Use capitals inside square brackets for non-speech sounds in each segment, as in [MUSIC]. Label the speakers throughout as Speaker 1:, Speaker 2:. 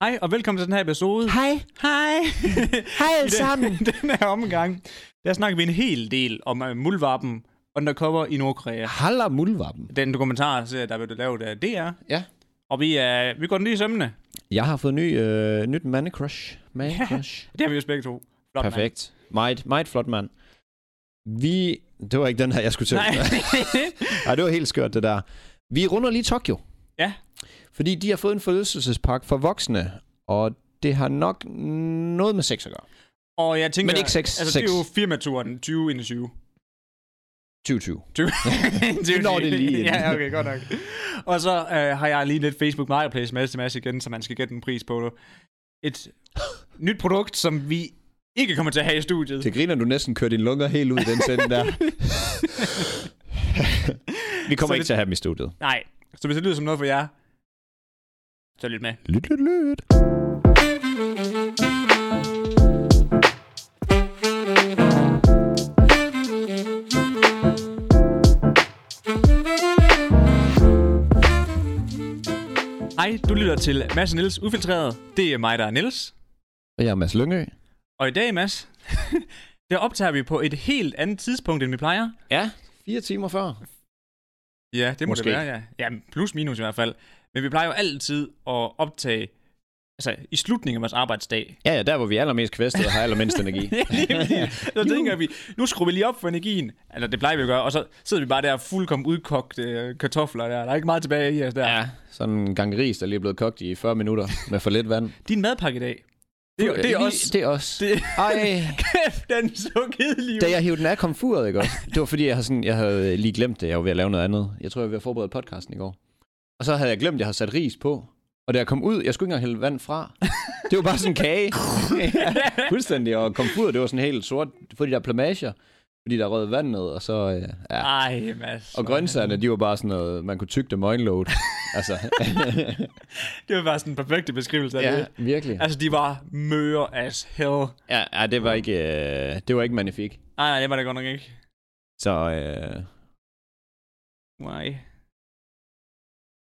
Speaker 1: Hej, og velkommen til den her episode.
Speaker 2: Hej,
Speaker 1: [LAUGHS] Hej.
Speaker 2: hej
Speaker 1: I
Speaker 2: alle sammen.
Speaker 1: den, [LAUGHS] den her omgang, der snakker vi en hel del om uh, muldvarpen undercover i Nordkorea.
Speaker 2: Halla Muldvarpen.
Speaker 1: Den dokumentarserie, der blev lavet af DR.
Speaker 2: Ja.
Speaker 1: Og vi, uh, vi går den lige i sømmene.
Speaker 2: Jeg har fået ny, øh, nyt mandecrush. [LAUGHS] Mandecrush.
Speaker 1: Det har vi jo begge to. Flot, mand.
Speaker 2: Perfekt. Meget, meget flot mand. Vi... Det var ikke den her, jeg skulle til. [LAUGHS]
Speaker 1: Nej. [LAUGHS]
Speaker 2: Ej, det var helt skørt, det der. Vi runder lige Tokyo.
Speaker 1: Ja.
Speaker 2: Fordi de har fået en forlystelsespark for voksne, og det har nok noget med sex at gøre.
Speaker 1: og jeg tænker,
Speaker 2: Men ikke seks,
Speaker 1: altså, det er
Speaker 2: seks.
Speaker 1: jo firmaturen 2021.
Speaker 2: 2020. [LAUGHS]
Speaker 1: 20.
Speaker 2: Vi når det lige inden.
Speaker 1: ja, okay, godt nok. Og så øh, har jeg lige lidt Facebook Marketplace med sms igen, så man skal gætte en pris på et nyt produkt, som vi ikke kommer til at have i studiet.
Speaker 2: Det griner, du næsten kører dine lunger helt ud i den sende [LAUGHS] der. Vi kommer
Speaker 1: Så
Speaker 2: ikke
Speaker 1: det-
Speaker 2: til at have dem i studiet.
Speaker 1: Nej, så hvis det lyder som noget for jer, så lyt med.
Speaker 2: Lyt, lyt, lyt.
Speaker 1: Hej, du lytter til Mads og Niels Ufiltreret. Det er mig, der er Niels.
Speaker 2: Og jeg er Mads Lyngø.
Speaker 1: Og i dag, Mads, [LAUGHS] der optager vi på et helt andet tidspunkt, end vi plejer.
Speaker 2: Ja, fire timer før.
Speaker 1: Ja, det må Måske.
Speaker 2: Måske.
Speaker 1: det være, ja. Ja, plus minus i hvert fald. Men vi plejer jo altid at optage altså, i slutningen af vores arbejdsdag. [LAUGHS]
Speaker 2: Ja, ja, der hvor vi er allermest kvæstet og har allermindst energi.
Speaker 1: så tænker vi, nu skruer vi lige op for energien. Eller det plejer vi at gøre, og så sidder vi bare der fuldkommen udkogt øh, kartofler der. Der er ikke meget tilbage i os der.
Speaker 2: ja, sådan en gang ris, der lige er blevet kogt i 40 minutter med for lidt vand.
Speaker 1: Din madpakke i dag, det, er- det er
Speaker 2: Lige-
Speaker 1: også... [LAUGHS]
Speaker 2: Det er os.
Speaker 1: Det, [LAUGHS]
Speaker 2: Ej,
Speaker 1: kæft, den er så kedelig.
Speaker 2: da
Speaker 1: ud.
Speaker 2: jeg hævde den af komfuret, ikke også? Det var fordi, jeg, har sådan, jeg havde lige glemt det. Jeg var ved at lave noget andet. Jeg tror, jeg var ved at forberede podcasten i går. Og så havde jeg glemt, at jeg havde sat ris på. Og da jeg kom ud, jeg skulle ikke engang hælde vand fra. Det var bare sådan en
Speaker 1: [LAUGHS]
Speaker 2: kage. ja, fuldstændig. Og komfuret, det var sådan helt sort. Fordi der er plamager. Fordi der er røget vand ned. Og så, øh, ja.
Speaker 1: Ej, Mads.
Speaker 2: Og grøntsagerne, de var bare sådan noget, man kunne tygge dem øjenlåget. altså,
Speaker 1: [LAUGHS] Det var bare sådan en perfekt beskrivelse af ja. det.
Speaker 2: virkelig.
Speaker 1: Altså, de var møre as hell.
Speaker 2: Ja, ja, det var ikke, øh, det var ikke magnifik.
Speaker 1: Nej, nej, det var det godt nok ikke.
Speaker 2: Så øh,
Speaker 1: Nej.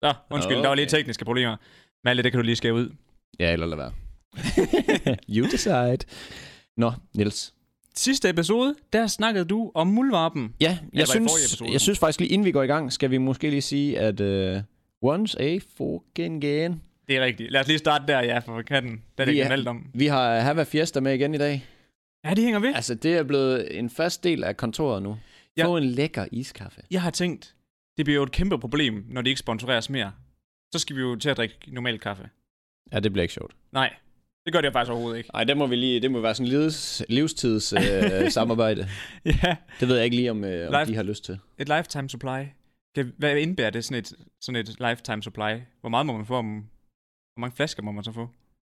Speaker 1: Nå, undskyld, okay. der var
Speaker 2: Okay.
Speaker 1: lige tekniske problemer. Malte, det kan du lige skære ud.
Speaker 2: ja, eller [LAUGHS] lad være. you decide. Nå, Niels.
Speaker 1: Sidste episode, der snakkede du om muldvarpen.
Speaker 2: Ja,
Speaker 1: var i
Speaker 2: jeg, synes,
Speaker 1: forrige episode.
Speaker 2: jeg synes faktisk lige inden vi går i gang, skal vi måske lige sige, at øh, once a fucking again.
Speaker 1: Det er rigtigt. Lad os lige starte der, ja, for katten. Der er det
Speaker 2: Vi
Speaker 1: ikke
Speaker 2: er-
Speaker 1: meldt om.
Speaker 2: Vi har øh, Hava Fiesta med igen i dag.
Speaker 1: Ja, de hænger ved.
Speaker 2: Altså, det er blevet en fast del af kontoret nu.
Speaker 1: Ja.
Speaker 2: Få en lækker iskaffe.
Speaker 1: Jeg har tænkt, det bliver jo et kæmpe problem, når det ikke sponsoreres mere. Så skal vi jo til at drikke normal kaffe.
Speaker 2: Ja, det bliver ikke sjovt.
Speaker 1: Nej, det gør det faktisk overhovedet
Speaker 2: [LAUGHS]
Speaker 1: ikke.
Speaker 2: Nej, det må vi lige, det må være sådan livs, livstids [LAUGHS] øh, samarbejde.
Speaker 1: Ja.
Speaker 2: Det ved jeg ikke lige, om, øh,
Speaker 1: Nej.
Speaker 2: om de har lyst til.
Speaker 1: Et lifetime supply. Kan, hvad indebærer det, sådan et, sådan et lifetime supply? Hvor meget må man få om... Hvor mange flasker må man så få?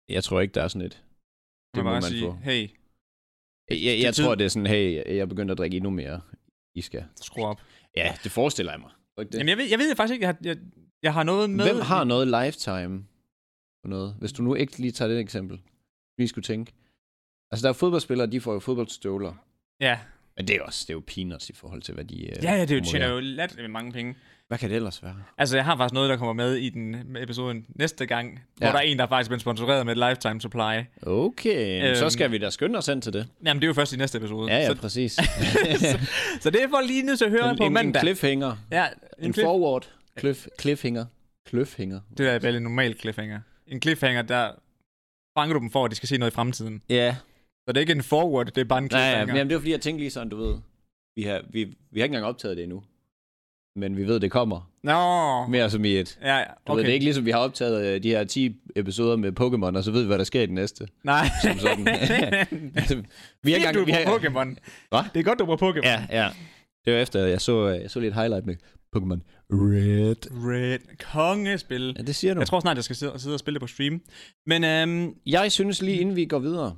Speaker 2: Jeg tror ikke, der er sådan et.
Speaker 1: Kan
Speaker 2: Det må
Speaker 1: bare
Speaker 2: man
Speaker 1: sige,
Speaker 2: få.
Speaker 1: hey,
Speaker 2: Jeg,
Speaker 1: Det er
Speaker 2: jeg
Speaker 1: tid.
Speaker 2: tror, det er sådan, hey, jeg begyndte at drikke endnu mere iska.
Speaker 1: skru op.
Speaker 2: Ja, det forestiller jeg mig. Tror
Speaker 1: Det.
Speaker 2: ikke Det.
Speaker 1: Jamen, jeg ved, jeg ved faktisk ikke, jeg har, jeg, jeg har noget med...
Speaker 2: Hvem har noget lifetime på noget? Hvis du nu ikke lige tager det eksempel, vi skulle tænke. Altså, der er fodboldspillere, de får jo fodboldstøvler.
Speaker 1: Ja,
Speaker 2: Men det er også, det er jo peanuts i forhold til, hvad de... øh,
Speaker 1: ja, ja det er jo,
Speaker 2: må
Speaker 1: tjener
Speaker 2: være.
Speaker 1: jo lat med mange penge.
Speaker 2: Hvad kan det ellers være?
Speaker 1: Altså, jeg har faktisk noget, der kommer med i den episoden næste gang, ja. hvor
Speaker 2: Ja.
Speaker 1: der er en, der faktisk bliver sponsoreret med et lifetime supply.
Speaker 2: Okay,
Speaker 1: Øhm.
Speaker 2: øhm. så skal vi da skynde os hen til det.
Speaker 1: Jamen, det er jo først i næste episode.
Speaker 2: Ja, ja,
Speaker 1: [LAUGHS] Så,
Speaker 2: præcis.
Speaker 1: så det får lige nødt til at høre på
Speaker 2: en, en
Speaker 1: mandag.
Speaker 2: cliffhanger.
Speaker 1: Ja,
Speaker 2: En,
Speaker 1: en
Speaker 2: en
Speaker 1: cliff.
Speaker 2: forward. Cliff, cliffhanger. Cliffhanger.
Speaker 1: Det er vel en normal cliffhanger. En cliffhanger, der fanger du dem for, at de skal se noget i fremtiden.
Speaker 2: Ja,
Speaker 1: Så det er ikke en forward, det er bare en
Speaker 2: Nej, ja,
Speaker 1: cliffhanger.
Speaker 2: men jamen, det var fordi, jeg tænkte lige sådan, du ved, vi har, vi, vi har ikke engang optaget det endnu, men vi ved, det kommer.
Speaker 1: Nå,
Speaker 2: Mere som i et.
Speaker 1: ja, ja,
Speaker 2: Du okay. ved,
Speaker 1: okay.
Speaker 2: det er ikke ligesom, vi har optaget øh, de her 10 episoder med Pokémon, og så ved vi, hvad der sker i den næste.
Speaker 1: Nej.
Speaker 2: Som sådan.
Speaker 1: [LAUGHS]
Speaker 2: Altså, vi har
Speaker 1: Det er du
Speaker 2: vi
Speaker 1: bruger Pokémon.
Speaker 2: Hva?
Speaker 1: Det er godt, du bruger Pokémon.
Speaker 2: Ja, ja. Det var efter, jeg så, øh, jeg så lidt highlight med Pokémon Red.
Speaker 1: Red. Kongespil.
Speaker 2: Ja, det siger du.
Speaker 1: Jeg tror snart, jeg skal sidde sidde og spille det på stream. Men øhm,
Speaker 2: Jeg synes lige, inden vi går videre,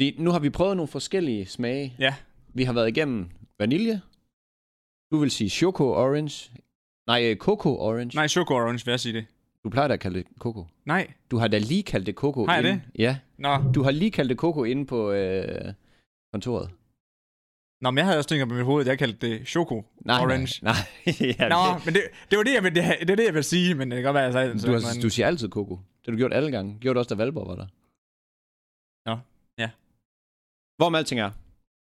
Speaker 2: fordi nu har vi prøvet nogle forskellige smage.
Speaker 1: Ja.
Speaker 2: Vi har været igennem vanilje. Du vil sige choco orange. Nej, øh, coco orange.
Speaker 1: nej, Choco Orange vil jeg sige det.
Speaker 2: Du plejer da at kalde det coco.
Speaker 1: Nej.
Speaker 2: Du har da lige kaldt det coco.
Speaker 1: Har jeg
Speaker 2: inde. Ja.
Speaker 1: Nå,
Speaker 2: Du har lige kaldt det coco inde på øh, kontoret.
Speaker 1: Nå men jeg havde også tænkt på mit hoved, at jeg kaldte det Choco
Speaker 2: Nej,
Speaker 1: Orange.
Speaker 2: [LAUGHS] Nej, nej. ja,
Speaker 1: Nå, men det, det var det, jeg ville, det, det, var det, jeg ville sige, men det kan godt være, jeg sagde det.
Speaker 2: det, du, har, du siger altid coco. Det har du gjort alle gange. Gjorde du også, da Valborg var der.
Speaker 1: Nå, ja.
Speaker 2: Hvorom alting er.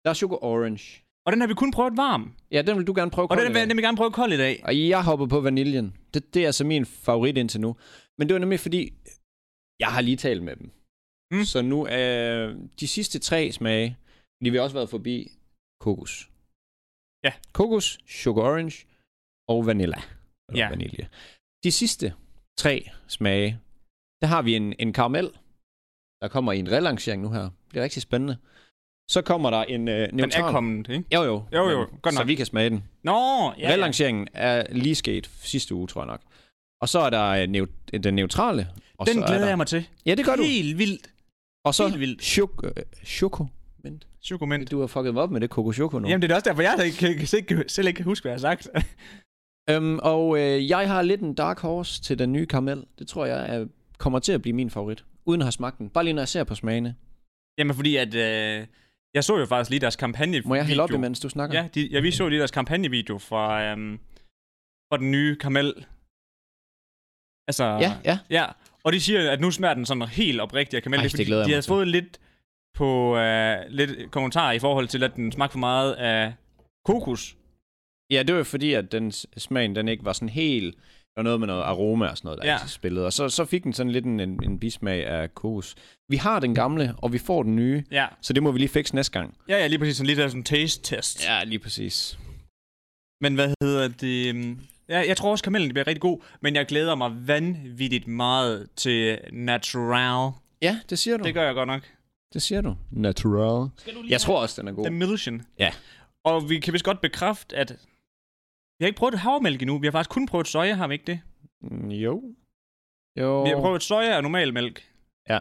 Speaker 2: Der er Choco Orange.
Speaker 1: Og den har vi kun prøvet varm.
Speaker 2: Ja, den vil du gerne prøve
Speaker 1: Og
Speaker 2: kold
Speaker 1: den
Speaker 2: i
Speaker 1: vil jeg
Speaker 2: dag.
Speaker 1: nemlig gerne prøve kold i dag.
Speaker 2: Og jeg hopper på vaniljen. Det, det er altså min favorit indtil nu. Men det var nemlig fordi, jeg har lige talt med dem.
Speaker 1: Mm.
Speaker 2: Mm. Så nu er de sidste tre smage, de vi har også været forbi kokos.
Speaker 1: Ja.
Speaker 2: Kokos, sugar orange og vanilla. Eller
Speaker 1: Ja.
Speaker 2: vanilje. De sidste tre smage, der har vi en, en karamel, der kommer i en relancering nu her. Det bliver rigtig spændende. Så kommer der en øh, neutral.
Speaker 1: Den er kommet, ikke?
Speaker 2: Jo, jo.
Speaker 1: Jo, jo.
Speaker 2: Men-
Speaker 1: Godt
Speaker 2: Så
Speaker 1: nok.
Speaker 2: vi kan smage den.
Speaker 1: Nå, ja.
Speaker 2: Ja, Relanceringen er lige sket sidste uge, tror jeg nok. Og så er der øh, neu- den neutrale. Og
Speaker 1: ja. Den
Speaker 2: så er
Speaker 1: glæder
Speaker 2: der...
Speaker 1: jeg mig til.
Speaker 2: Ja, det gør du.
Speaker 1: Helt vildt.
Speaker 2: Og så
Speaker 1: Helt vildt.
Speaker 2: chok- øh, choko. mint.
Speaker 1: Psykoment.
Speaker 2: Du har fucket mig op med det Coco Choco nu.
Speaker 1: Jamen, det er da også derfor, jeg ikke kan, kan, selv, kan, selv ikke kan huske, hvad jeg har sagt. [LAUGHS]
Speaker 2: Øhm, og øh, jeg har lidt en dark horse til den nye karamel. Det tror jeg er, kommer til at blive min favorit. Uden at have smagt den. Bare lige når jeg ser på smagene.
Speaker 1: Jamen, fordi at... Øh, jeg så jo faktisk lige deres kampagnevideo.
Speaker 2: Må jeg hælde op, imens du snakker?
Speaker 1: Ja, de, ja, vi så lige deres kampagnevideo fra, øhm, fra den nye Kamel. Altså,
Speaker 2: ja, ja.
Speaker 1: ja. Og de siger, at nu smager den sådan helt oprigtigt af Kamel.
Speaker 2: Ej,
Speaker 1: er
Speaker 2: det
Speaker 1: fordi,
Speaker 2: glæder jeg
Speaker 1: de
Speaker 2: mig
Speaker 1: har
Speaker 2: til.
Speaker 1: fået lidt på øh, lidt kommentarer i forhold til, at den smagte for meget af kokos.
Speaker 2: Ja, det var fordi, at den smagen den ikke var sådan helt... Der var noget med noget aroma og sådan noget, der
Speaker 1: Ja.
Speaker 2: ja. spillede. Og så, så fik den sådan lidt en, en, en bismag af kokos. Vi har den gamle, og vi får den nye.
Speaker 1: Ja,
Speaker 2: Så det må vi lige fikse næste gang.
Speaker 1: ja, ja lige præcis sådan lidt af sådan en taste-test.
Speaker 2: Ja, lige præcis.
Speaker 1: Men hvad hedder det? øhm, Ja, jeg tror også, karamellen bliver rigtig god, men jeg glæder mig vanvittigt meget til natural.
Speaker 2: Ja, det siger du.
Speaker 1: Det
Speaker 2: Det,
Speaker 1: gør jeg godt nok.
Speaker 2: det siger du. Natural.
Speaker 1: Skal du
Speaker 2: Jeg tror også, den er god.
Speaker 1: The Milton.
Speaker 2: Ja.
Speaker 1: Og vi kan vist godt bekræfte, at vi har ikke prøvet havremælk endnu. Vi har faktisk kun prøvet soja, har vi ikke det?
Speaker 2: Mm, Jo. Jo.
Speaker 1: Vi har prøvet soja og normal mælk.
Speaker 2: Ja,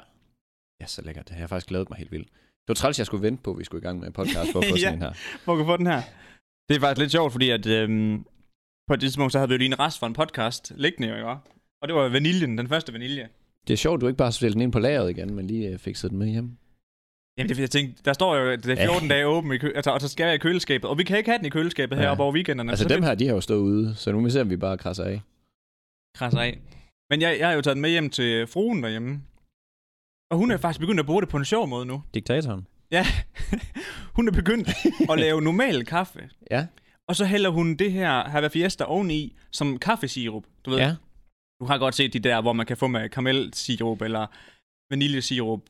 Speaker 2: så lækkert. Det har jeg faktisk glædet mig helt vildt. Det var træls, jeg skulle vente på, at vi skulle i gang med en
Speaker 1: [LAUGHS]
Speaker 2: podcast for at få
Speaker 1: Ja.
Speaker 2: sådan en her.
Speaker 1: Hvor kan vi få den her? Det er faktisk lidt sjovt, fordi at, øhm, på et tidspunkt, så havde vi jo lige en rest fra en podcast liggende, jo, ikke? også? Og det var vaniljen, den første vanilje.
Speaker 2: Det er sjovt, du ikke bare har stillet den ind på lageret igen, men lige øh, fikset den med hjem.
Speaker 1: Jamen, det er fordi, jeg tænkte, der står jo, at det er 14
Speaker 2: Ja.
Speaker 1: dage åben, i kø- altså, og så skal jeg i køleskabet. Og vi kan ikke have den i køleskabet
Speaker 2: Ja.
Speaker 1: heroppe over weekenderne.
Speaker 2: Altså
Speaker 1: så
Speaker 2: dem
Speaker 1: det
Speaker 2: her, de har jo stået ude, så nu må vi se, om vi bare krasser af.
Speaker 1: krasser af. Men jeg, jeg har jo taget den med hjem til fruen derhjemme. Og hun er faktisk begyndt at bruge det på en sjov måde nu.
Speaker 2: Diktatoren.
Speaker 1: Ja, hun er
Speaker 2: [LAUGHS]
Speaker 1: begyndt at lave normal kaffe.
Speaker 2: Ja.
Speaker 1: Og så hælder hun det her Hava Fiesta oveni som kaffesirup. Du ved, ja.
Speaker 2: Ja.
Speaker 1: du har godt set de der, hvor man kan få med karamelsirup eller vaniljesirup.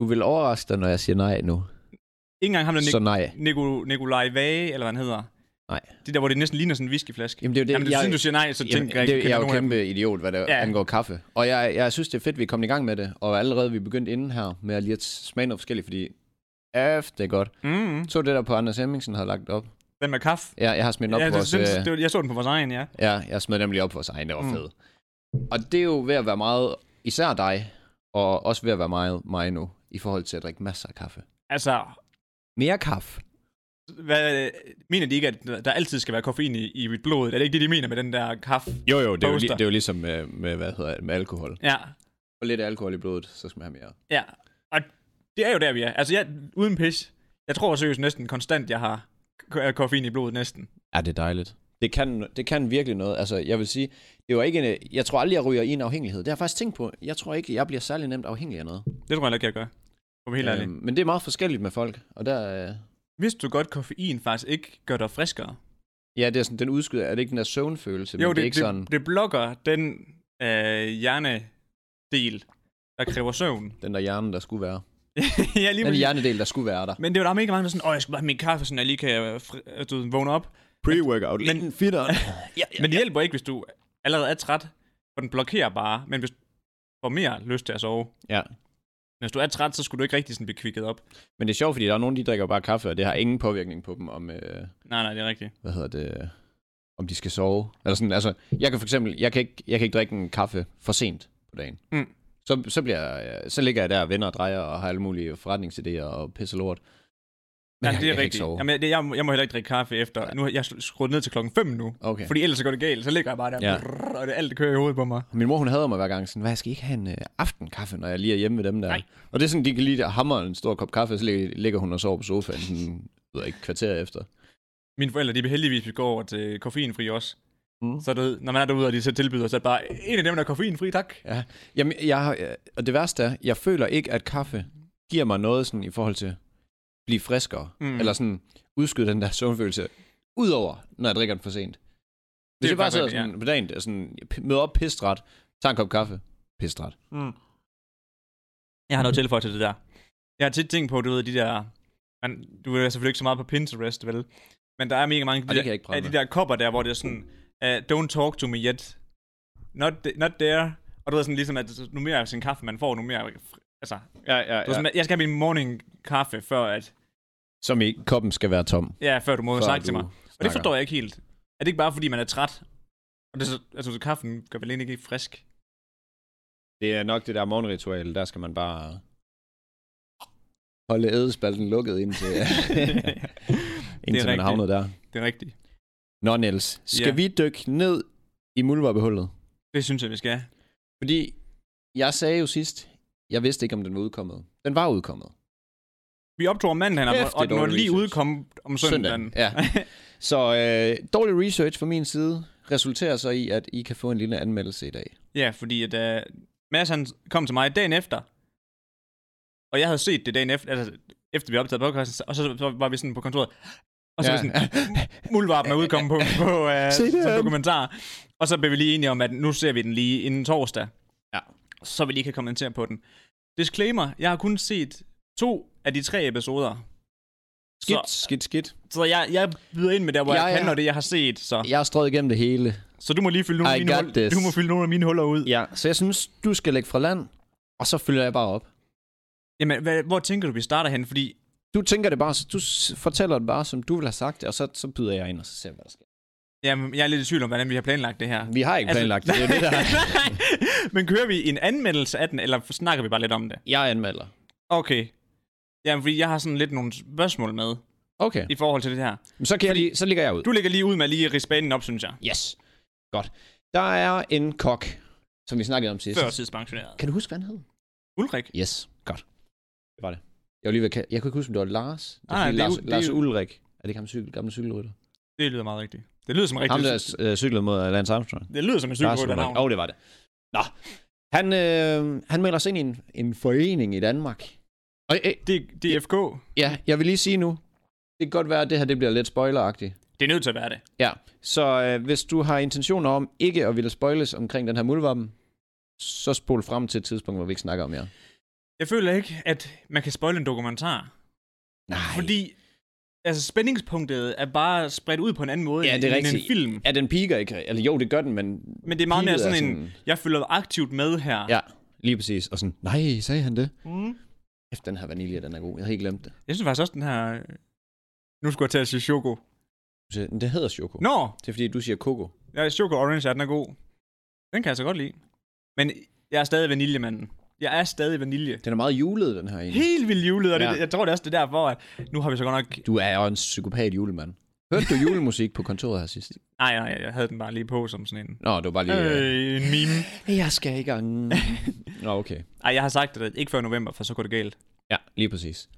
Speaker 2: Du vil overraske dig, når jeg siger nej nu.
Speaker 1: Ikke engang ham der
Speaker 2: Så
Speaker 1: Nik-
Speaker 2: nej.
Speaker 1: Nico- Nikolaj Vage, eller hvad han hedder.
Speaker 2: Nej.
Speaker 1: Det der, hvor det næsten ligner sådan en whiskyflaske.
Speaker 2: Jamen det er jo det,
Speaker 1: Jamen, det,
Speaker 2: jeg,
Speaker 1: jeg, siden du siger nej, så
Speaker 2: Jamen,
Speaker 1: tænker jeg ikke,
Speaker 2: det, jeg
Speaker 1: kender
Speaker 2: er jo
Speaker 1: nogen af dem.
Speaker 2: kæmpe idiot, hvad det
Speaker 1: Ja.
Speaker 2: ja. angår kaffe. Og jeg, jeg synes, det er fedt, vi er kommet i gang med det. Og allerede vi er begyndt inden her med at lige at smage noget forskelligt, fordi Æf, det er godt.
Speaker 1: Mm,
Speaker 2: Så det der på Anders Hemmingsen havde lagt op.
Speaker 1: den med kaffe.
Speaker 2: Ja, jeg har smidt den op
Speaker 1: Ja,
Speaker 2: ja, på
Speaker 1: det,
Speaker 2: vores...
Speaker 1: den,
Speaker 2: øh,
Speaker 1: det, var- jeg så den på vores egen, ja.
Speaker 2: Ja, jeg smed nemlig op på vores egen, det var
Speaker 1: Mm.
Speaker 2: mm. fedt. Og det er jo ved at være meget, især dig, og også ved at være meget mig nu, i forhold til at drikke masser af kaffe.
Speaker 1: Altså,
Speaker 2: Mere kaffe?
Speaker 1: hvad, mener de ikke, at der altid skal være koffein i, i mit blod? Er det ikke det, de mener med den der kaffe?
Speaker 2: Jo, jo, det er jo,
Speaker 1: Poster.
Speaker 2: li- det er jo ligesom med, med, hvad hedder det, med alkohol.
Speaker 1: Ja,
Speaker 2: Og lidt alkohol i blodet, så skal man have mere.
Speaker 1: ja. Og det er jo der, vi er. Altså, jeg, uden pis. Jeg tror seriøst næsten konstant, jeg har k- koffein i blodet næsten.
Speaker 2: Ja, det er dejligt. Det kan, det kan virkelig noget. Altså, jeg vil sige, det var ikke en, jeg tror aldrig, jeg ryger i en afhængighed. Det har jeg faktisk tænkt på. Jeg tror ikke, jeg bliver særlig nemt afhængig af noget. Øhm,
Speaker 1: Det tror jeg heller ikke, jeg gør. For at være helt ærlig.
Speaker 2: men det er meget forskelligt med folk. Og der, øh,
Speaker 1: Vidste du godt, koffein faktisk ikke gør dig friskere?
Speaker 2: ja, det er sådan, den udskyder, er det ikke den der søvnfølelse? men
Speaker 1: jo,
Speaker 2: det,
Speaker 1: det,
Speaker 2: er ikke
Speaker 1: det,
Speaker 2: sådan,
Speaker 1: det blokker den øh, hjernedel, der kræver søvn. [LAUGHS]
Speaker 2: den der hjerne, der skulle være.
Speaker 1: ja, lige
Speaker 2: Den
Speaker 1: præcis.
Speaker 2: hjernedel, der skulle være der.
Speaker 1: Men det er jo der mega mange, der er sådan, åh, jeg skal bare have min kaffe, sådan jeg lige kan øh, fri, øh, du, ved, vågne op.
Speaker 2: Pre-workout.
Speaker 1: Men-
Speaker 2: Men fitteren. ja, ja.
Speaker 1: Men det hjælper ikke, hvis du allerede er træt, for den blokerer bare, men hvis du får mere lyst til at sove.
Speaker 2: ja.
Speaker 1: Men hvis du er træt, så skulle du ikke rigtig sådan blive kvikket op.
Speaker 2: Men det er sjovt, fordi der er nogen, de drikker bare kaffe, og det har ingen påvirkning på dem om, øh,
Speaker 1: Nej, nej, det er rigtigt.
Speaker 2: hvad hedder det, om de skal sove. Eller sådan, altså, jeg kan for eksempel, jeg kan ikke, jeg kan ikke drikke en kaffe for sent på dagen.
Speaker 1: Mm.
Speaker 2: Så, så, bliver, jeg- så ligger jeg der og vender og drejer og har alle mulige forretningsidéer og pisse lort. Men
Speaker 1: Men
Speaker 2: jeg,
Speaker 1: det
Speaker 2: jeg
Speaker 1: er
Speaker 2: kan ikke
Speaker 1: rigtigt.
Speaker 2: sove.
Speaker 1: Jamen, det, jeg, må- jeg, må heller ikke drikke kaffe efter. Nu har jeg sl- skruet ned til klokken 5 nu.
Speaker 2: Okay.
Speaker 1: Fordi ellers så går det galt, så ligger jeg bare der,
Speaker 2: Ja.
Speaker 1: brrr, og det, alt det kører i hovedet på mig.
Speaker 2: Min mor, hun hader mig hver gang sådan, hvad, jeg skal ikke have en øh, aftenkaffe, når jeg lige er hjemme med dem der.
Speaker 1: Nej.
Speaker 2: Og det er sådan, de kan lige hamre en stor kop kaffe, og så ligger, ligger hun og sover på sofaen, sådan, ved jeg ikke, kvarter efter.
Speaker 1: Mine forældre, de vil heldigvis vi går over til koffeinfri også.
Speaker 2: Mm.
Speaker 1: Så du ved, når man er derude, og de så tilbyder, så er det bare en af dem, der er koffeinfri, tak.
Speaker 2: Ja. Jamen, jeg, har- øh, og det værste er, jeg føler ikke, at kaffe giver mig noget sådan, i forhold til at blive friskere.
Speaker 1: Mm.
Speaker 2: Mm. Eller sådan udskyde den der [LAUGHS] søvnfølelse. Udover, når jeg drikker den for sent. Hvis
Speaker 1: er
Speaker 2: jeg bare
Speaker 1: faktisk
Speaker 2: sidder
Speaker 1: rigtigt,
Speaker 2: sådan ja. på dagen, og sådan, jeg p- møder op pistret, tager en kop kaffe, pistret.
Speaker 1: Mm. Jeg har noget tilføjet til det der. Jeg har tit tænkt på, du ved, de der... Man, du er selvfølgelig ikke så meget på Pinterest, vel? Men der er mega mange af
Speaker 2: det
Speaker 1: de,
Speaker 2: kan jeg ikke
Speaker 1: der,
Speaker 2: prale
Speaker 1: af de
Speaker 2: med.
Speaker 1: der kopper der, hvor det er sådan... Uh, don't talk to me yet. Not, th- not there. Og du ved sådan ligesom, at nu mere sin kaffe, man får, nu mere... fri- Altså,
Speaker 2: Ja, ja,
Speaker 1: du ja. sådan, jeg skal have min morning kaffe, før, at,
Speaker 2: Som i, koppen skal være tom.
Speaker 1: ja, før du må
Speaker 2: før
Speaker 1: snakke til
Speaker 2: du
Speaker 1: mig. Og det
Speaker 2: snakker.
Speaker 1: forstår jeg ikke helt. Er det ikke bare, fordi man er træt? Og det, er så- altså, så kaffen gør vel egentlig ikke frisk? [LAUGHS]
Speaker 2: Det er nok det der morgenritual, der skal man bare holde ædespalten lukket
Speaker 1: [LAUGHS]
Speaker 2: indtil, [LAUGHS] indtil man
Speaker 1: rigtigt.
Speaker 2: er havnet der.
Speaker 1: Det er rigtigt.
Speaker 2: Nå Niels, skal
Speaker 1: Ja.
Speaker 2: ja. vi dykke ned i muldvarpehullet?
Speaker 1: Det synes jeg, vi skal.
Speaker 2: Fordi jeg sagde jo sidst, jeg vidste ikke, om den var udkommet. Den var udkommet.
Speaker 1: Vi optog om mandagen, og,
Speaker 2: Kæft, det
Speaker 1: og
Speaker 2: er
Speaker 1: den var
Speaker 2: dårlig
Speaker 1: lige
Speaker 2: research.
Speaker 1: udkommet om søndagen. [LAUGHS]
Speaker 2: Ja. Så øh, dårlig research fra min side resulterer så i, at I kan få en lille anmeldelse i dag.
Speaker 1: ja, fordi at, uh, Mads han kom til mig dagen efter, og jeg havde set det dagen efter, altså efter vi optagede podcasten, og så, så var vi sådan på kontoret, og så ja.
Speaker 2: Ja.
Speaker 1: var vi sådan, [LAUGHS] muldvarpen er udkommet på, på uh,
Speaker 2: [LAUGHS] Se det
Speaker 1: som
Speaker 2: an.
Speaker 1: dokumentar. Og så blev vi lige enige om, at nu ser vi den lige inden torsdag.
Speaker 2: Ja.
Speaker 1: Så vi lige kan kommentere på den. Disclaimer, jeg har kun set to af de tre episoder.
Speaker 2: Skidt,
Speaker 1: Så,
Speaker 2: skidt, skidt.
Speaker 1: så jeg, jeg byder ind med der, hvor ja,
Speaker 2: Ja,
Speaker 1: jeg kan,
Speaker 2: ja.
Speaker 1: og det, jeg har set. Så.
Speaker 2: Jeg har strøget igennem det hele.
Speaker 1: Så du må lige fylde nogle, af
Speaker 2: I
Speaker 1: mine,
Speaker 2: got
Speaker 1: hul-
Speaker 2: this.
Speaker 1: du må fylde nogle af mine huller ud. Ja.
Speaker 2: Ja, så jeg synes, du skal lægge fra land, og så følger jeg bare op.
Speaker 1: Jamen, hvad, hvor tænker du, vi starter hen? Fordi
Speaker 2: Du tænker det bare, så du s- fortæller det bare, som du vil have sagt det, og så, så byder jeg ind, og så ser vi, hvad der sker.
Speaker 1: jamen, jeg er lidt i tvivl om, hvordan vi har planlagt det her.
Speaker 2: Vi har ikke
Speaker 1: Altså-
Speaker 2: planlagt det, det, er jo det
Speaker 1: [LAUGHS]
Speaker 2: der.
Speaker 1: Nej, Men kører vi en anmeldelse af den, eller snakker vi bare lidt om det?
Speaker 2: Jeg anmelder.
Speaker 1: Okay. Jamen, fordi jeg har sådan lidt nogle spørgsmål med
Speaker 2: Okay,
Speaker 1: i forhold til det her.
Speaker 2: Men så, kan jeg lige, så ligger jeg ud.
Speaker 1: Du ligger lige ud med at lige risbanen op, synes jeg.
Speaker 2: Yes. Godt. Der er en kok, som vi snakkede om sidst.
Speaker 1: Før tidspensioneret.
Speaker 2: Kan du huske, hvad han hed?
Speaker 1: Ulrik.
Speaker 2: Yes. Godt. Det var det. Jeg, var lige ved, at kalde- jeg kunne ikke huske, om det var Lars. Det
Speaker 1: Nej,
Speaker 2: var fordi
Speaker 1: det er
Speaker 2: Lars,
Speaker 1: jo- det er
Speaker 2: Lars
Speaker 1: jo-
Speaker 2: Ulrik. Er det ikke ham cykel, gamle cykelrytter?
Speaker 1: Det lyder meget rigtigt. Det lyder som rigtigt.
Speaker 2: Ham, der øh, cyklede mod Lance Armstrong.
Speaker 1: Det lyder som en
Speaker 2: Lars
Speaker 1: cykelrytter
Speaker 2: Ulrik.
Speaker 1: navn.
Speaker 2: Åh, oh, det var det. Nå. Han, øh, han melder sig ind i en, en forening i Danmark. Og, øh,
Speaker 1: Det, det er FK.
Speaker 2: ja, jeg vil lige sige nu, det kan godt være, at det her det bliver lidt spoileragtigt.
Speaker 1: Det er nødt til at være det.
Speaker 2: Ja, så øh, hvis du har intentioner om ikke at ville spoiles omkring den her muldvarpen, så spol frem til et tidspunkt, hvor vi ikke snakker om jer.
Speaker 1: Jeg føler ikke, at man kan spoil en dokumentar.
Speaker 2: Nej.
Speaker 1: Fordi altså, spændingspunktet er bare spredt ud på en anden måde
Speaker 2: Ja,
Speaker 1: end,
Speaker 2: det er
Speaker 1: end en
Speaker 2: rigtigt.
Speaker 1: film.
Speaker 2: Ja, den piker ikke. Eller jo, det gør den, men...
Speaker 1: Men det er meget mere
Speaker 2: Pilet er
Speaker 1: sådan, sådan en,
Speaker 2: sådan-
Speaker 1: jeg følger aktivt med her.
Speaker 2: Ja, lige præcis. Og sådan, nej, sagde han det?
Speaker 1: Mm.
Speaker 2: Efter den her vanilje, den er god. Jeg havde helt glemt det.
Speaker 1: Jeg synes faktisk også, den her... øh, Nu skulle jeg til at sige Choco.
Speaker 2: Du siger, "Men Det hedder Choco.
Speaker 1: Nå,
Speaker 2: Det er fordi, du siger Coco.
Speaker 1: ja, Choco Orange, ja, den er god. Den kan jeg så godt lide. Men jeg er stadig vaniljemanden. Jeg er stadig vanilje.
Speaker 2: Den er meget julet, den her egentlig.
Speaker 1: Helt vildt julet, og det,
Speaker 2: Ja.
Speaker 1: jeg tror det er også det er derfor, at nu har vi så godt nok...
Speaker 2: Du er jo en psykopat julemand. Hørte du julemusik på kontoret her sidst?
Speaker 1: Nej, nej, jeg havde den bare lige på som sådan en...
Speaker 2: Nå, det var bare lige... Øh.
Speaker 1: Øh, en meme.
Speaker 2: Jeg skal i gang. Nå, okay.
Speaker 1: Ej, jeg har sagt det ikke før november, for så går det galt.
Speaker 2: Ja, lige præcis.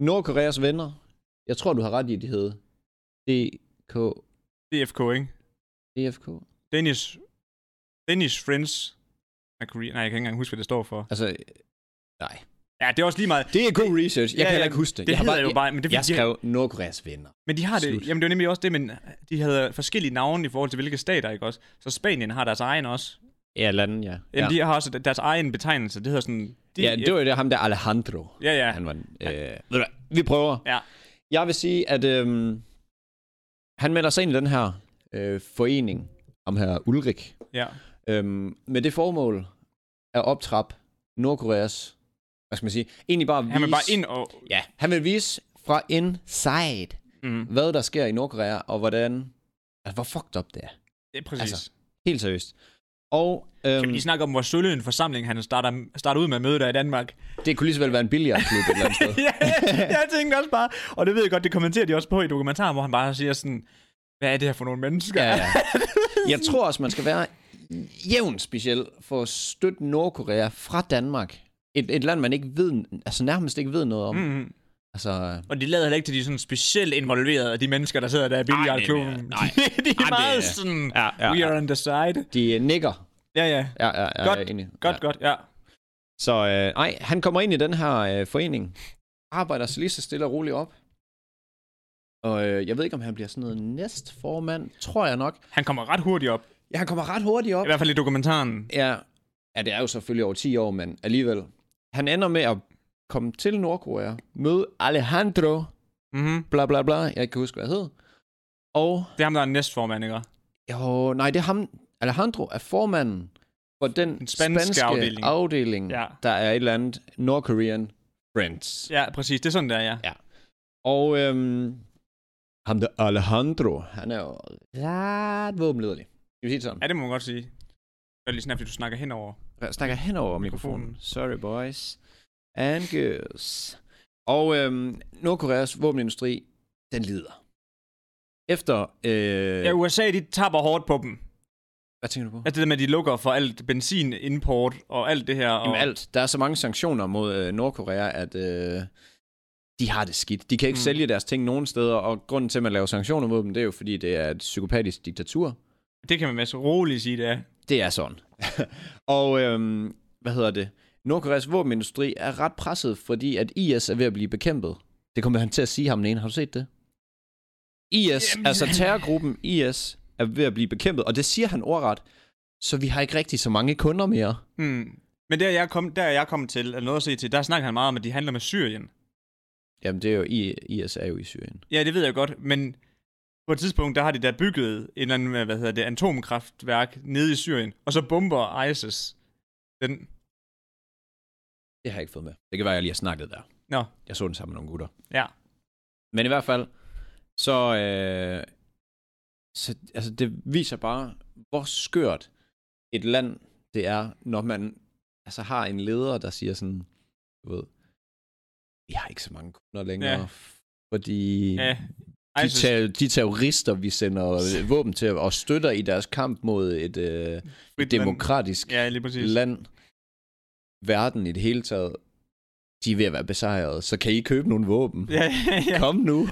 Speaker 2: Nordkoreas venner. Jeg tror, du har ret i, at de hed DK...
Speaker 1: DFK, ikke?
Speaker 2: DFK?
Speaker 1: Danish, Danish Friends af Korea. Nej, jeg kan ikke engang huske, hvad det står for.
Speaker 2: Altså, nej.
Speaker 1: Ja, det er også lige meget.
Speaker 2: Det er god research. Jeg
Speaker 1: Ja,
Speaker 2: kan
Speaker 1: ja,
Speaker 2: heller ikke huske det.
Speaker 1: Det
Speaker 2: jeg
Speaker 1: hedder bare, jo bare... Men, det, er
Speaker 2: Jeg, jeg
Speaker 1: fordi, de-
Speaker 2: skrev Nordkoreas venner.
Speaker 1: men de har det...
Speaker 2: Slut.
Speaker 1: Jamen, det var nemlig også det, men øh, de havde forskellige navne i forhold til, hvilke stater, ikke også? Så Spanien har deres egen også.
Speaker 2: Ja, landen, ja.
Speaker 1: Jamen,
Speaker 2: ja.
Speaker 1: ja. de har også deres egen betegnelse. Det hedder sådan... De,
Speaker 2: ja, det var jo det, ham der Alejandro.
Speaker 1: ja, ja.
Speaker 2: Han var, en- øh, ved du hvad, vi prøver.
Speaker 1: Ja.
Speaker 2: Jeg vil sige, at øhm, han melder sig ind i den her øh, forening om her Ulrik,
Speaker 1: ja.
Speaker 2: øhm, med det formål at optrappe Nordkoreas, hvad skal man sige, egentlig bare vise,
Speaker 1: Han vil bare ind og...
Speaker 2: ja, han vil vise fra inside,
Speaker 1: Mm,
Speaker 2: hvad der sker i Nordkorea, og hvordan, altså, hvor fucked up det er.
Speaker 1: det er præcis.
Speaker 2: Altså,
Speaker 1: Altså,
Speaker 2: Helt seriøst. Og
Speaker 1: kan vi
Speaker 2: øhm,
Speaker 1: lige snakke om, hvor sølle en forsamling han starter, starter ud med at møde der i
Speaker 2: [LAUGHS]
Speaker 1: Danmark?
Speaker 2: det kunne lige så vel være en billiardklub et eller andet sted.
Speaker 1: [LAUGHS] ja, jeg tænkte også bare, og det ved jeg godt, det kommenterer de også på i dokumentaren, hvor han bare siger sådan, hvad er det her for nogle mennesker?
Speaker 2: Ja, ja. Jeg tror også, man skal være jævnt speciel for at støtte Nordkorea fra Danmark. Et, et land, man ikke ved, altså nærmest ikke ved noget om. Mm.
Speaker 1: Mm-hmm.
Speaker 2: Altså, Ej,
Speaker 1: Og de lader heller ikke til de sådan specielt involverede af de mennesker, der sidder der i
Speaker 2: det
Speaker 1: [LAUGHS]
Speaker 2: er-
Speaker 1: billiardklubben.
Speaker 2: nej.
Speaker 1: de er
Speaker 2: det
Speaker 1: meget
Speaker 2: er-
Speaker 1: sådan,
Speaker 2: ja, ja,
Speaker 1: we
Speaker 2: ja.
Speaker 1: are on the side.
Speaker 2: de øh, nikker.
Speaker 1: Ja, ja.
Speaker 2: Ja, ja, ja,
Speaker 1: Godt,
Speaker 2: jeg er enig.
Speaker 1: Godt,
Speaker 2: ja.
Speaker 1: godt, ja.
Speaker 2: Så øh, nej, han kommer ind i den her øh, forening, arbejder sig lige så stille og roligt op. Og øh, jeg ved ikke, om han bliver sådan noget næstformand, tror jeg nok.
Speaker 1: Han kommer ret hurtigt op.
Speaker 2: Ja, han kommer ret hurtigt op.
Speaker 1: I hvert fald i dokumentaren.
Speaker 2: Ja, ja det er jo selvfølgelig over 10 år, men alligevel. Han ender med at komme til Nordkorea, møde Alejandro,
Speaker 1: Mm-hmm.
Speaker 2: bla bla bla, jeg kan ikke huske, hvad han hed. Og,
Speaker 1: Det er ham, der er næstformand, ikke?
Speaker 2: jo, nej, det er ham, Alejandro er formanden for den,
Speaker 1: Den spanske
Speaker 2: spanske,
Speaker 1: afdeling.
Speaker 2: afdeling, afdeling
Speaker 1: Ja.
Speaker 2: ja. der er et eller andet Nordkorean Friends.
Speaker 1: Ja, præcis. Det er sådan, der, ja.
Speaker 2: Og øhm, ham der Alejandro, han er jo ret våbenlederlig. Skal vi sige det sådan?
Speaker 1: Ja, det må man godt sige. Det er lige sådan, fordi du snakker henover.
Speaker 2: Jeg snakker hen over
Speaker 1: Mikrofonen.
Speaker 2: mikrofonen. Sorry boys. And girls. Og øhm, Nordkoreas våbenindustri, den lider. Efter, øh,
Speaker 1: Ja, USA, de taber hårdt på dem.
Speaker 2: hvad tænker du på?
Speaker 1: Altså det der med, at de lukker for alt benzinimport og alt det her. Og...
Speaker 2: Jamen alt. Der er så mange sanktioner mod øh, Nordkorea, at øh, de har det skidt. De kan ikke
Speaker 1: Mm.
Speaker 2: mm. sælge deres ting nogen steder, og grunden til, at man laver sanktioner mod dem, det er jo, fordi det er et psykopatisk diktatur.
Speaker 1: Det kan man med så roligt sige, det er.
Speaker 2: Det er sådan. [LAUGHS] og øhm, hvad hedder det? Nordkoreas våbenindustri er ret presset, fordi at IS er ved at blive bekæmpet. Det kommer han til at sige ham den ene. Har du set det? IS,
Speaker 1: Jamen,
Speaker 2: Jamen, altså
Speaker 1: han-
Speaker 2: terrorgruppen IS, er ved at blive bekæmpet, og det siger han ordret. Så vi har ikke rigtig så mange kunder mere.
Speaker 1: Hmm. Men der er jeg kom, der er jeg kommet til, eller noget at se til, der snakker han meget om, at de handler med Syrien.
Speaker 2: Jamen, det er jo, I- IS er jo i Syrien.
Speaker 1: Ja, det ved jeg godt, men på et tidspunkt, der har de der bygget en eller anden, hvad hedder det, atomkraftværk nede i Syrien, og så bomber ISIS den.
Speaker 2: Det har jeg ikke fået med. Det kan være, jeg lige har snakket der.
Speaker 1: Nå.
Speaker 2: Jeg så den sammen med nogle gutter.
Speaker 1: Ja.
Speaker 2: Men i hvert fald, så, øh, så altså, det viser bare, hvor skørt et land det er, når man altså, har en leder, der siger sådan, du ved, vi har ikke så mange kunder længere,
Speaker 1: Ja.
Speaker 2: ja. fordi
Speaker 1: Ja,
Speaker 2: ja. de,
Speaker 1: ISIS,
Speaker 2: ter- de terrorister, vi
Speaker 1: [LAUGHS]
Speaker 2: sender våben til, og støtter i deres kamp mod et øh,
Speaker 1: frit land.
Speaker 2: demokratisk
Speaker 1: Ja, lige præcis.
Speaker 2: land, verden i det hele taget, de er ved at være besejret, så kan I købe nogle
Speaker 1: [LAUGHS]
Speaker 2: våben?
Speaker 1: Ja, ja, ja.
Speaker 2: Kom nu!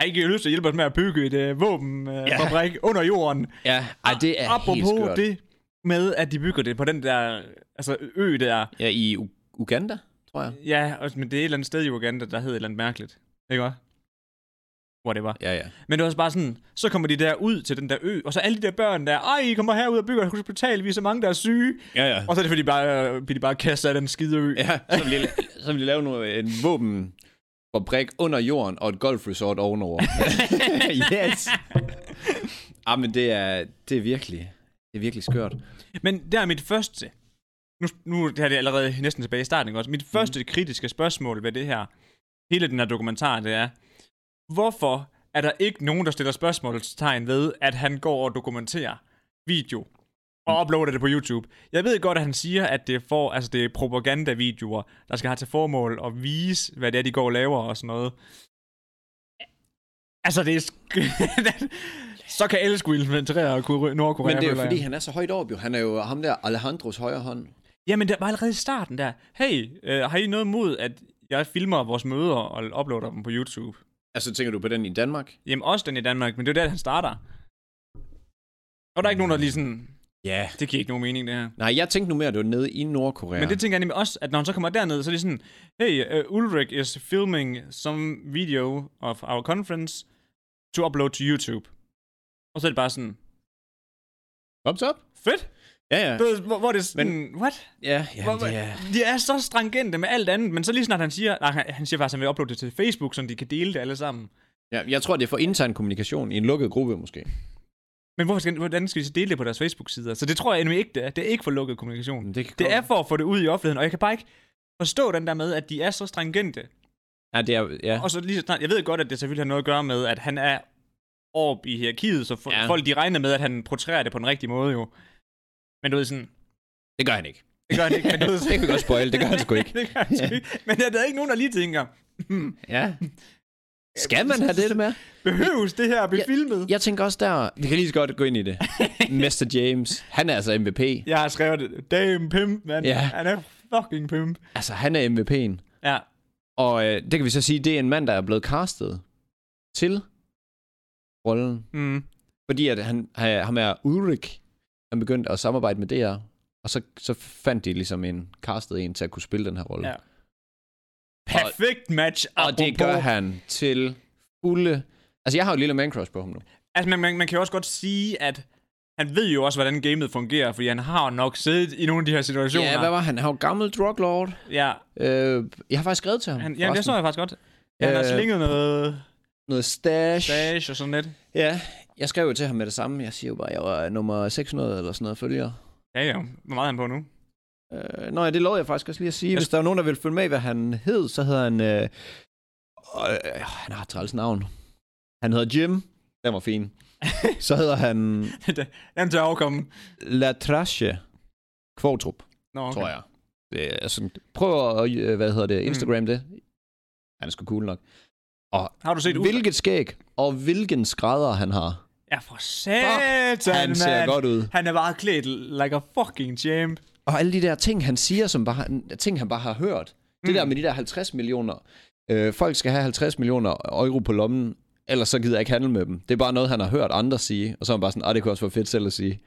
Speaker 1: Har I ikke lyst til at hjælpe os med at bygge et øh, våbenfabrik ja. under jorden?
Speaker 2: Ja, ej, det er
Speaker 1: Apropos
Speaker 2: helt skørt. Det.
Speaker 1: det med, at de bygger det på den der altså, ø der.
Speaker 2: Ja, i U- Uganda, tror jeg.
Speaker 1: Ja, og- men det er et eller andet sted i Uganda, der hedder et eller andet mærkeligt. Ikke også? Hvor det var.
Speaker 2: Ja, ja.
Speaker 1: Men det var også bare sådan, så kommer de der ud til den der ø, og så alle de der børn der, ej, I kommer herud og bygger et hospital, vi er så mange, der er syge.
Speaker 2: Ja, ja.
Speaker 1: Og så er det, fordi de bare, øh, bliver de bare kastet af den skide ø.
Speaker 2: ja så, vil de, så vil de lave noget, en våben fabrik under jorden og et golfresort ovenover. [LAUGHS] yes! Ja, men det er, det er virkelig, det er virkelig skørt.
Speaker 1: Men der er mit første, nu, nu det her det er allerede næsten tilbage i starten, ikke også?
Speaker 2: Mhm.
Speaker 1: Mit første kritiske spørgsmål ved det her, hele den her dokumentar, det er, hvorfor er der ikke nogen, der stiller spørgsmålstegn ved, at han går og dokumenterer video
Speaker 2: Mm.
Speaker 1: og uploader det på YouTube. Jeg ved godt, at han siger, at det er, for, altså det er propagandavideoer, der skal have til formål at vise, hvad det er, de går og laver og sådan noget. Altså, det er... Sk- [LAUGHS] så kan alle skulle infiltrere Kore- Nordkorea.
Speaker 2: Men det er jo
Speaker 1: føler jeg.
Speaker 2: fordi, han er så højt oppe jo. Han er jo ham der Alejandros højre hånd.
Speaker 1: Jamen, der var allerede i starten der. Hey, øh, har I noget imod, at jeg filmer vores møder og uploader dem på YouTube?
Speaker 2: Altså, tænker du på den i Danmark?
Speaker 1: Jamen, også den i Danmark, men det er jo der, han starter. Og der er ikke nogen, der lige sådan...
Speaker 2: Ja. Yeah.
Speaker 1: Det giver ikke nogen mening, det her.
Speaker 2: Nej, jeg tænkte nu mere, at det var nede i Nordkorea.
Speaker 1: Ja. Men det tænker jeg nemlig også, at når han så kommer derned, så er det sådan... Hey, uh, Ulrik is filming some video of our conference to upload to YouTube. Og så er det bare sådan...
Speaker 2: Thumbs up.
Speaker 1: Fedt!
Speaker 2: Ja, ja.
Speaker 1: Du ved, Hvor, hvor er det sådan... Men, what?
Speaker 2: Ja,
Speaker 1: Hvor,
Speaker 2: ja, det er...
Speaker 1: hvor, de er så strangente med alt andet, men så lige snart han siger, nej, han- han siger faktisk, at han vil uploade det til Facebook, så de kan dele det alle sammen.
Speaker 2: Ja, jeg tror, det er for intern kommunikation i en lukket gruppe, måske.
Speaker 1: Men hvorfor skal, hvordan skal de så dele det på deres Facebook-sider? Så det tror jeg endnu ikke, det er. Det er ikke for lukket kommunikation.
Speaker 2: Men Det, kan
Speaker 1: Det
Speaker 2: godt-
Speaker 1: er for at få det ud i offentligheden, og jeg kan bare ikke forstå den der med, at de er så strangente.
Speaker 2: Ja, det er... Ja.
Speaker 1: Og så lige så snart, jeg ved godt, at det selvfølgelig har noget at gøre med, at han er op i hierarkiet, så for, ja.
Speaker 2: Ja.
Speaker 1: folk de regner med, at han portrætterer det på den rigtige måde jo. Men du ved sådan,
Speaker 2: Det gør han ikke. [LAUGHS]
Speaker 1: det gør han ikke. Men du ved,
Speaker 2: Det [LAUGHS] kan vi godt spoil, det gør han sgu ikke.
Speaker 1: det gør han sgu ikke. Men der er ikke nogen, der lige tænker, hmm,
Speaker 2: Ja. Skal man have det med?
Speaker 1: Behøves det her at blive
Speaker 2: Ja,
Speaker 1: filmet?
Speaker 2: Jeg tænker også der... Vi kan lige så godt gå ind
Speaker 1: [LAUGHS]
Speaker 2: i det. Mr. James, han er altså MVP.
Speaker 1: Jeg har skrevet det. Damn pimp, mand.
Speaker 2: Ja.
Speaker 1: Han er fucking pimp.
Speaker 2: Altså, han er MVP'en.
Speaker 1: Ja.
Speaker 2: Og øh, det kan vi så sige, det er en mand, der er blevet castet til rollen.
Speaker 1: Mm.
Speaker 2: Fordi at han, han- ham er Ulrik, han begyndte at samarbejde med DR. Og så, så fandt de ligesom en castet en til at kunne spille den her rolle.
Speaker 1: Ja. Perfekt match,
Speaker 2: Og det
Speaker 1: apropos.
Speaker 2: gør han til fulde... Altså, jeg har jo et lille mancrush på ham nu.
Speaker 1: Altså, man, man, man kan jo også godt sige, at han ved jo også, hvordan gamet fungerer, fordi han har jo nok siddet i nogle af de her situationer.
Speaker 2: Ja, hvad var han? Han var jo gammel druglord.
Speaker 1: Ja,
Speaker 2: Øh, jeg har faktisk skrevet til ham.
Speaker 1: han, ja det
Speaker 2: forresten.
Speaker 1: så jeg faktisk godt. Ja, han har
Speaker 2: Øh,
Speaker 1: slinget noget
Speaker 2: Noget stash.
Speaker 1: stage og sådan lidt.
Speaker 2: Ja, jeg skrev jo til ham med det samme. Jeg siger jo bare, at jeg var nummer 600 eller sådan noget følgere.
Speaker 1: Ja, ja. Hvor meget er han på nu?
Speaker 2: Øh, nå ja, det lovede jeg faktisk også lige at sige.
Speaker 1: Jeg-
Speaker 2: Hvis Altså, der var nogen, der ville følge med, i, hvad han hed, så hedder han... Øh, øh, han har et træls navn. Han hedder Jim. Den var [LAUGHS] fin. så hedder han
Speaker 1: Den tør overkomme.
Speaker 2: Latrasje Kvotrup, okay.
Speaker 1: Nå, okay.
Speaker 2: tror jeg. Det er sådan, prøv at, øh, hvad hedder det, Instagram mm. det. Han er sgu cool nok.
Speaker 1: Har du set ud?
Speaker 2: Hvilket skæg, og hvilken skrædder han har.
Speaker 1: Ja, for satan,
Speaker 2: Han ser
Speaker 1: mand.
Speaker 2: godt ud.
Speaker 1: Han er bare klædt like a fucking champ.
Speaker 2: Og alle de der ting, han siger, som bare, ting, han bare har hørt. Det
Speaker 1: Mm.
Speaker 2: der med de der 50 millioner. Øh, folk skal have 50 millioner euro på lommen, ellers så gider jeg ikke handle med dem. Det er bare noget, han har hørt andre sige, og så er han bare sådan, ah, det kunne også være fedt selv at sige.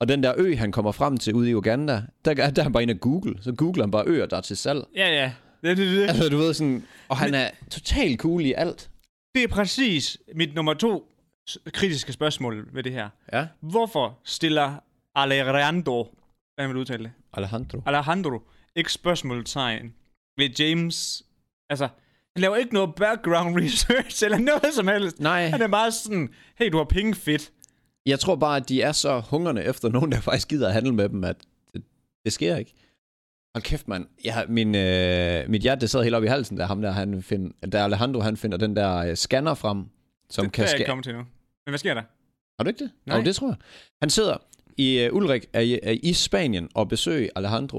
Speaker 2: Og den der ø, han kommer frem til ude i Uganda, der, der er han bare inde og google. Så googler han bare øer, der er til [LAUGHS] salg.
Speaker 1: Ja, ja. Det, det, det.
Speaker 2: Altså, du ved sådan, og han er totalt cool i alt.
Speaker 1: det er præcis mit nummer to s- kritiske spørgsmål ved det her.
Speaker 2: Ja.
Speaker 1: Hvorfor stiller Alejandro, hvordan vil du udtale det?
Speaker 2: Alejandro.
Speaker 1: Alejandro, ikke spørgsmålstegn ved James. Altså, han laver ikke noget background [LAUGHS] research eller noget som helst.
Speaker 2: Nej,
Speaker 1: Han er bare sådan, hey, du har penge fedt.
Speaker 2: jeg tror bare, at de er så hungrende efter nogen, der faktisk gider at handle med dem, at det, det sker ikke. Hold kæft, mand. Jeg, har- min, øh, mit hjerte det sad helt op i halsen, da, ham der, han find, da Alejandro han finder den der øh, scanner frem, som
Speaker 1: det kan
Speaker 2: kan
Speaker 1: jeg ikke
Speaker 2: scanne.
Speaker 1: komme til nu. Men hvad sker der?
Speaker 2: Har du ikke det?
Speaker 1: Nej.
Speaker 2: Jo, det tror jeg. Han sidder i øh, Ulrik er, i- er i Spanien og besøger Alejandro.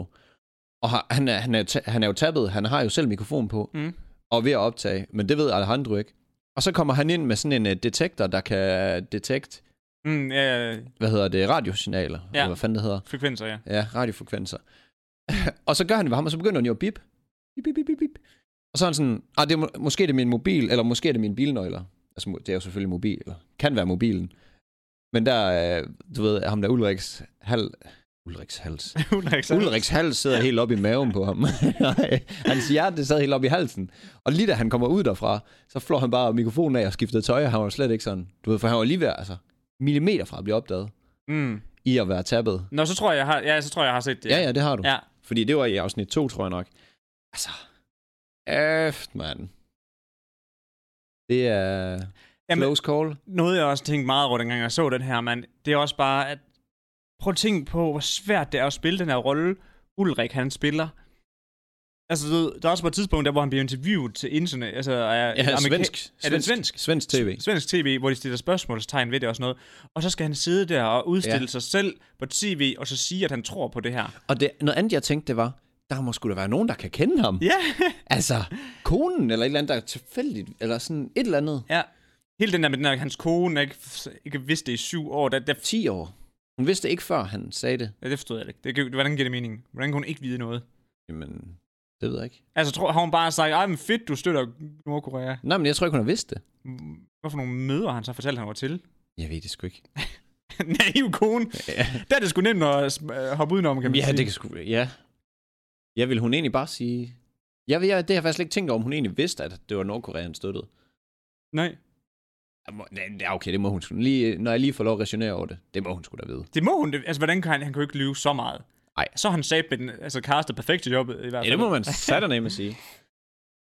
Speaker 2: Og har, han, er, han, er, ta- han er jo tabet. Han har jo selv mikrofon på.
Speaker 1: Mm.
Speaker 2: Og er ved at optage. Men det ved Alejandro ikke. Og så kommer han ind med sådan en øh, detektor, der kan detekte,
Speaker 1: Mm, ja, ja,
Speaker 2: hvad hedder det, radiosignaler. Ja. Eller hvad fanden det hedder.
Speaker 1: frekvenser,
Speaker 2: [LAUGHS]
Speaker 1: ja.
Speaker 2: Ja, radiofrekvenser. og så gør han det ved ham, og så begynder han jo at bip. Bip, bip, bip, bip, bip. Og så er han sådan, ah, det er, må- måske er det min mobil, eller måske er det mine bilnøgler. Altså, mo- det er jo selvfølgelig mobil, eller kan være mobilen. Men der, øh, du ved, ham der Ulriks hal... Ulriks hals.
Speaker 1: Ulrik, [LAUGHS] så-
Speaker 2: Ulriks hals sidder helt op i maven på ham. [LAUGHS] Nej, Hans hjerte sad helt op i halsen. Og lige da han kommer ud derfra, så flår han bare mikrofonen af og skifter tøj, og han var slet ikke sådan, du ved, for han var lige ved, altså, millimeter fra at blive opdaget
Speaker 1: Mm.
Speaker 2: i at være tabet.
Speaker 1: Nå, så tror jeg, jeg har, ja, så tror jeg, jeg har set det.
Speaker 2: Ja, ja, det har du.
Speaker 1: ja.
Speaker 2: Fordi det var i afsnit 2, tror jeg nok. Altså, æft, mand. Det er Jamen,
Speaker 1: Jamen-
Speaker 2: close call.
Speaker 1: Noget, jeg også tænkte meget over, dengang jeg så den her, mand, det er også bare, at prøv at tænke på, hvor svært det er at spille den her rolle, Ulrik, han spiller. Altså, du ved, der er også på et tidspunkt, der, hvor han bliver interviewet til internet, altså, ja,
Speaker 2: Ja, svensk, svensk,
Speaker 1: er det svensk?
Speaker 2: Svensk tv.
Speaker 1: Svensk tv, hvor de stiller spørgsmålstegn ved det og sådan noget. Og så skal han sidde der og udstille
Speaker 2: Ja.
Speaker 1: ja. sig selv på tv, og så sige, at han tror på det her.
Speaker 2: Og det, noget andet, jeg tænkte, det var, der må sgu da være nogen, der kan kende ham.
Speaker 1: Ja!
Speaker 2: Altså, konen eller et eller andet, der er tilfældigt, eller sådan et eller andet.
Speaker 1: ja. Hele den der med den der, hans kone, der ikke, ikke vidste det i syv år, der, der
Speaker 2: 10 år. Hun vidste ikke, før han sagde det.
Speaker 1: Ja, det forstod jeg ikke. Det, kan- hvordan giver det mening? Hvordan kunne hun ikke vide noget?
Speaker 2: Jamen, det ved jeg ikke.
Speaker 1: Altså, tror, har hun bare sagt, ej, men fedt, du støtter Nordkorea.
Speaker 2: Nej, men jeg tror ikke, hun har vidst det.
Speaker 1: Mm, Hvorfor nogle møder har han så fortalt, han var til? [LAUGHS]
Speaker 2: Jeg ved det sgu ikke.
Speaker 1: Naiv kone.
Speaker 2: Ja.
Speaker 1: Der er det sgu nemt at sm- øh, hoppe udenom, kan man
Speaker 2: Ja,
Speaker 1: sige.
Speaker 2: det kan sgu... Ja. Ja, vil hun egentlig bare sige... Jeg, jeg, det har jeg faktisk slet ikke tænkt over, om hun egentlig vidste, at det var Nordkorea, han støttede.
Speaker 1: Nej,
Speaker 2: Jeg må- nej, Ja, okay, det må hun sgu. Lige, når jeg lige får lov at resonere over det, det må hun sgu da vide.
Speaker 1: det må hun. det- Altså, hvordan kan han? Han kan jo ikke lyve så meget.
Speaker 2: Nej.
Speaker 1: Så har han sagt med den, altså, castet perfekt til jobbet, i hvert fald.
Speaker 2: Ja, det [LAUGHS] må man sataname sige.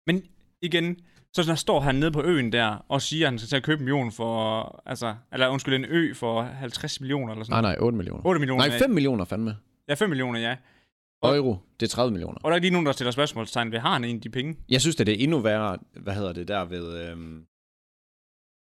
Speaker 1: Men igen, så når står han nede på øen der, og siger, at han skal til at købe en million for, altså, eller undskyld, en ø for 50 millioner eller sådan
Speaker 2: Nej,
Speaker 1: noget.
Speaker 2: nej, 8 millioner.
Speaker 1: 8 millioner.
Speaker 2: Nej, 5 millioner fandme.
Speaker 1: Ja, 5 millioner, ja.
Speaker 2: Euro, det er 30 millioner.
Speaker 1: Og der er ikke lige nogen, der stiller spørgsmålstegn ved, har han egentlig de penge?
Speaker 2: Jeg synes, at det er endnu værre, hvad hedder det der ved... Øhm,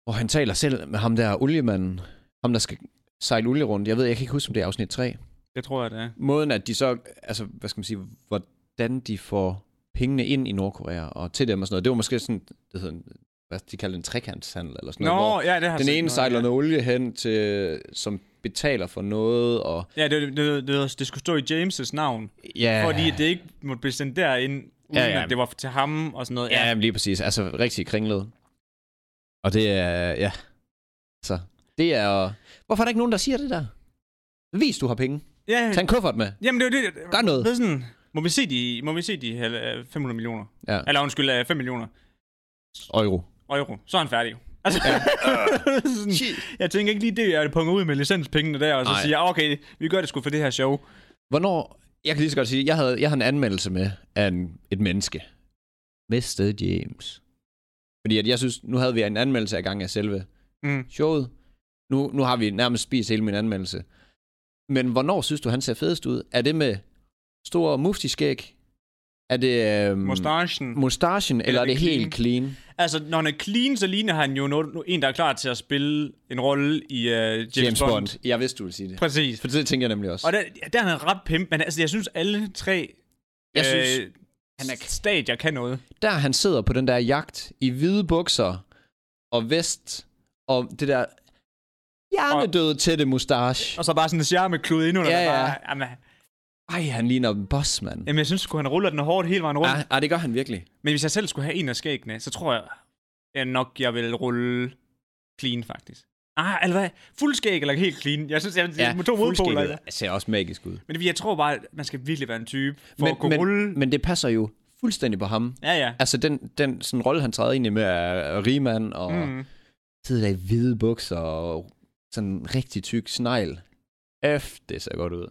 Speaker 2: hvor han taler selv med ham der oliemanden. Ham, der skal sejle olie rundt. Jeg ved, jeg kan ikke huske, om det er afsnit 3.
Speaker 1: Det tror øh, jeg, det er.
Speaker 2: måden, at de så, altså, hvad skal man sige, hvordan de får pengene ind i Nordkorea og til dem og sådan noget, det var måske sådan, det hedder, en- hvad de kalder det, en trekantshandel eller sådan
Speaker 1: Nå,
Speaker 2: noget, hvor
Speaker 1: ja, det har jeg
Speaker 2: den
Speaker 1: set
Speaker 2: ene
Speaker 1: noget,
Speaker 2: sejler
Speaker 1: ja.
Speaker 2: noget olie hen til, som betaler for noget, og
Speaker 1: Ja, det, det, det, det, det skulle stå i James' navn,
Speaker 2: ja,
Speaker 1: fordi det ikke måtte blive sendt derind. uden
Speaker 2: Ja,
Speaker 1: ja,
Speaker 2: ja.
Speaker 1: ja. at det var til ham og sådan noget.
Speaker 2: Ja, jamen lige præcis. Altså rigtig kringlet. Og det er, ja. Så det er Hvorfor er der ikke nogen, der siger det der? Vis, du har penge.
Speaker 1: ja
Speaker 2: Tag en kuffert med.
Speaker 1: jamen det er jo det.
Speaker 2: Gør noget.
Speaker 1: Det er sådan, må vi se de, må vi se de øh, 500 millioner?
Speaker 2: Ja.
Speaker 1: Eller undskyld, øh, 5 millioner
Speaker 2: Euro.
Speaker 1: euro. Så er han færdig. Altså, [LAUGHS] ja. sådan, jeg tænker ikke lige det, jeg punger ud med licenspengene der, og så
Speaker 2: Nej.
Speaker 1: Ej. siger jeg, okay, vi gør det sgu for det her show.
Speaker 2: Hvornår... Jeg kan lige så godt sige, jeg havde, jeg havde en anmeldelse med af en, et menneske. Mr. James. Fordi at jeg synes, nu havde vi en anmeldelse af gang af selve
Speaker 1: Mm.
Speaker 2: showet. Nu, nu har vi nærmest spist hele min anmeldelse. Men hvornår synes du, han ser fedest ud? Er det med stor muftiskæg? Er det... Øhm,
Speaker 1: Mustachen.
Speaker 2: mustachen, eller, eller er det,
Speaker 1: det
Speaker 2: helt clean?
Speaker 1: Altså, når han er clean, så ligner han jo no- en, der er klar til at spille en rolle i uh, James,
Speaker 2: James Bond. Bond. Jeg vidste, du ville sige det.
Speaker 1: Præcis.
Speaker 2: For det tænker jeg nemlig også.
Speaker 1: Og der, der er han ret pimp, men altså, jeg synes, alle tre
Speaker 2: Jeg synes,
Speaker 1: øh,
Speaker 2: han
Speaker 1: han
Speaker 2: er-
Speaker 1: er... stadier kan noget.
Speaker 2: der han sidder på den der jagt i hvide bukser og vest og det der hjernedøde tætte mustache.
Speaker 1: Og så bare sådan en charmeklud ind under
Speaker 2: Ja,
Speaker 1: ja,
Speaker 2: ja.
Speaker 1: ja. Bare, jamen,
Speaker 2: Ej, han ligner en boss, mand.
Speaker 1: jamen, jeg synes sgu, han ruller den hårdt hele vejen rundt. Ja.
Speaker 2: Ja, ja, det gør han virkelig.
Speaker 1: Men hvis jeg selv skulle have en af skæggene, så tror jeg, jeg nok, jeg vil rulle clean, faktisk. Ah, eller hvad? Fuld skæg eller helt clean? Jeg synes, jeg ja, er to modpoler.
Speaker 2: fuldskægget ser også magisk ud.
Speaker 1: Men det er fordi, jeg tror bare, at man skal virkelig være en type for men, at kunne men...
Speaker 2: men,
Speaker 1: rulle.
Speaker 2: men det passer jo fuldstændig på ham.
Speaker 1: Ja, ja.
Speaker 2: Altså, den, den sådan rolle, han træder ind i med er rigmand og mm.
Speaker 1: Mm.
Speaker 2: sidder der i hvide bukser og sådan en rigtig tyk snegl. F, det ser godt ud.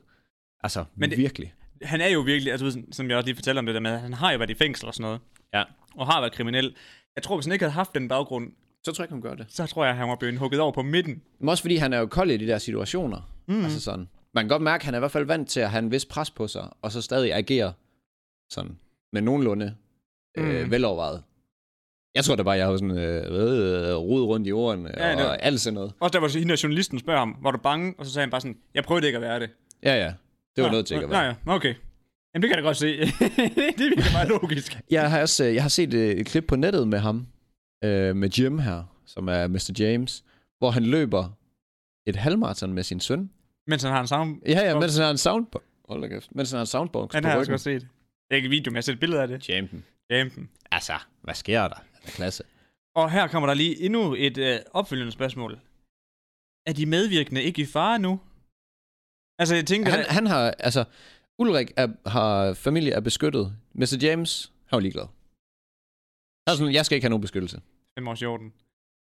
Speaker 2: Altså,
Speaker 1: Men det-
Speaker 2: virkelig.
Speaker 1: han er jo virkelig, altså, du ved, sådan- som jeg også lige fortalte om det der med, han har jo været i fængsel og sådan noget.
Speaker 2: Ja.
Speaker 1: Og har været kriminel. Jeg tror, hvis han ikke havde haft den baggrund,
Speaker 2: Så tror jeg ikke, han gør det.
Speaker 1: så tror jeg, han var blevet hugget over på midten.
Speaker 2: Men også fordi han er jo kold i de der situationer. Mm. Altså sådan. Man kan godt mærke, at han er i hvert fald vant til at have en vis pres på sig, og så stadig agere sådan med nogenlunde øh,
Speaker 1: Mm.
Speaker 2: velovervejet. Jeg tror da bare, jeg har sådan øh, øh, rodet rundt i ordene ja,
Speaker 1: Ja,
Speaker 2: og
Speaker 1: det var-
Speaker 2: alt sådan noget.
Speaker 1: Også der var så hende, der journalisten spørger ham, var du bange? Og så sagde han bare sådan, jeg prøvede ikke at være det.
Speaker 2: Ja, ja. Det var
Speaker 1: Nå,
Speaker 2: noget til ikke at
Speaker 1: nå,
Speaker 2: være.
Speaker 1: Nej, ja, okay. Jamen, det kan jeg da godt se. [LAUGHS] det virker bare logisk.
Speaker 2: Jeg har også øh, jeg har set øh, et klip på nettet med ham, øh, med Jim her, som er Mr. James, hvor han løber et halvmarathon med sin søn.
Speaker 1: Mens han har en samme...
Speaker 2: Ja, ja,
Speaker 1: Og-
Speaker 2: mens han har en soundbox. Hold da kæft. Mens han har en soundbox
Speaker 1: Han
Speaker 2: på
Speaker 1: har jeg også
Speaker 2: ryggen.
Speaker 1: godt set. Det er ikke en video, men jeg har set et billede af det.
Speaker 2: Champion.
Speaker 1: Jampen.
Speaker 2: Altså, hvad sker der? Han er klasse.
Speaker 1: Og her kommer der lige endnu et øh, opfølgende spørgsmål. Er de medvirkende ikke i fare nu? Altså, jeg tænker...
Speaker 2: Han, han har, altså, Ulrik er, har familie er beskyttet. Mr. James, han var ligeglad. Han er sådan, jeg skal ikke have nogen beskyttelse. Øh.
Speaker 1: Fem års i orden.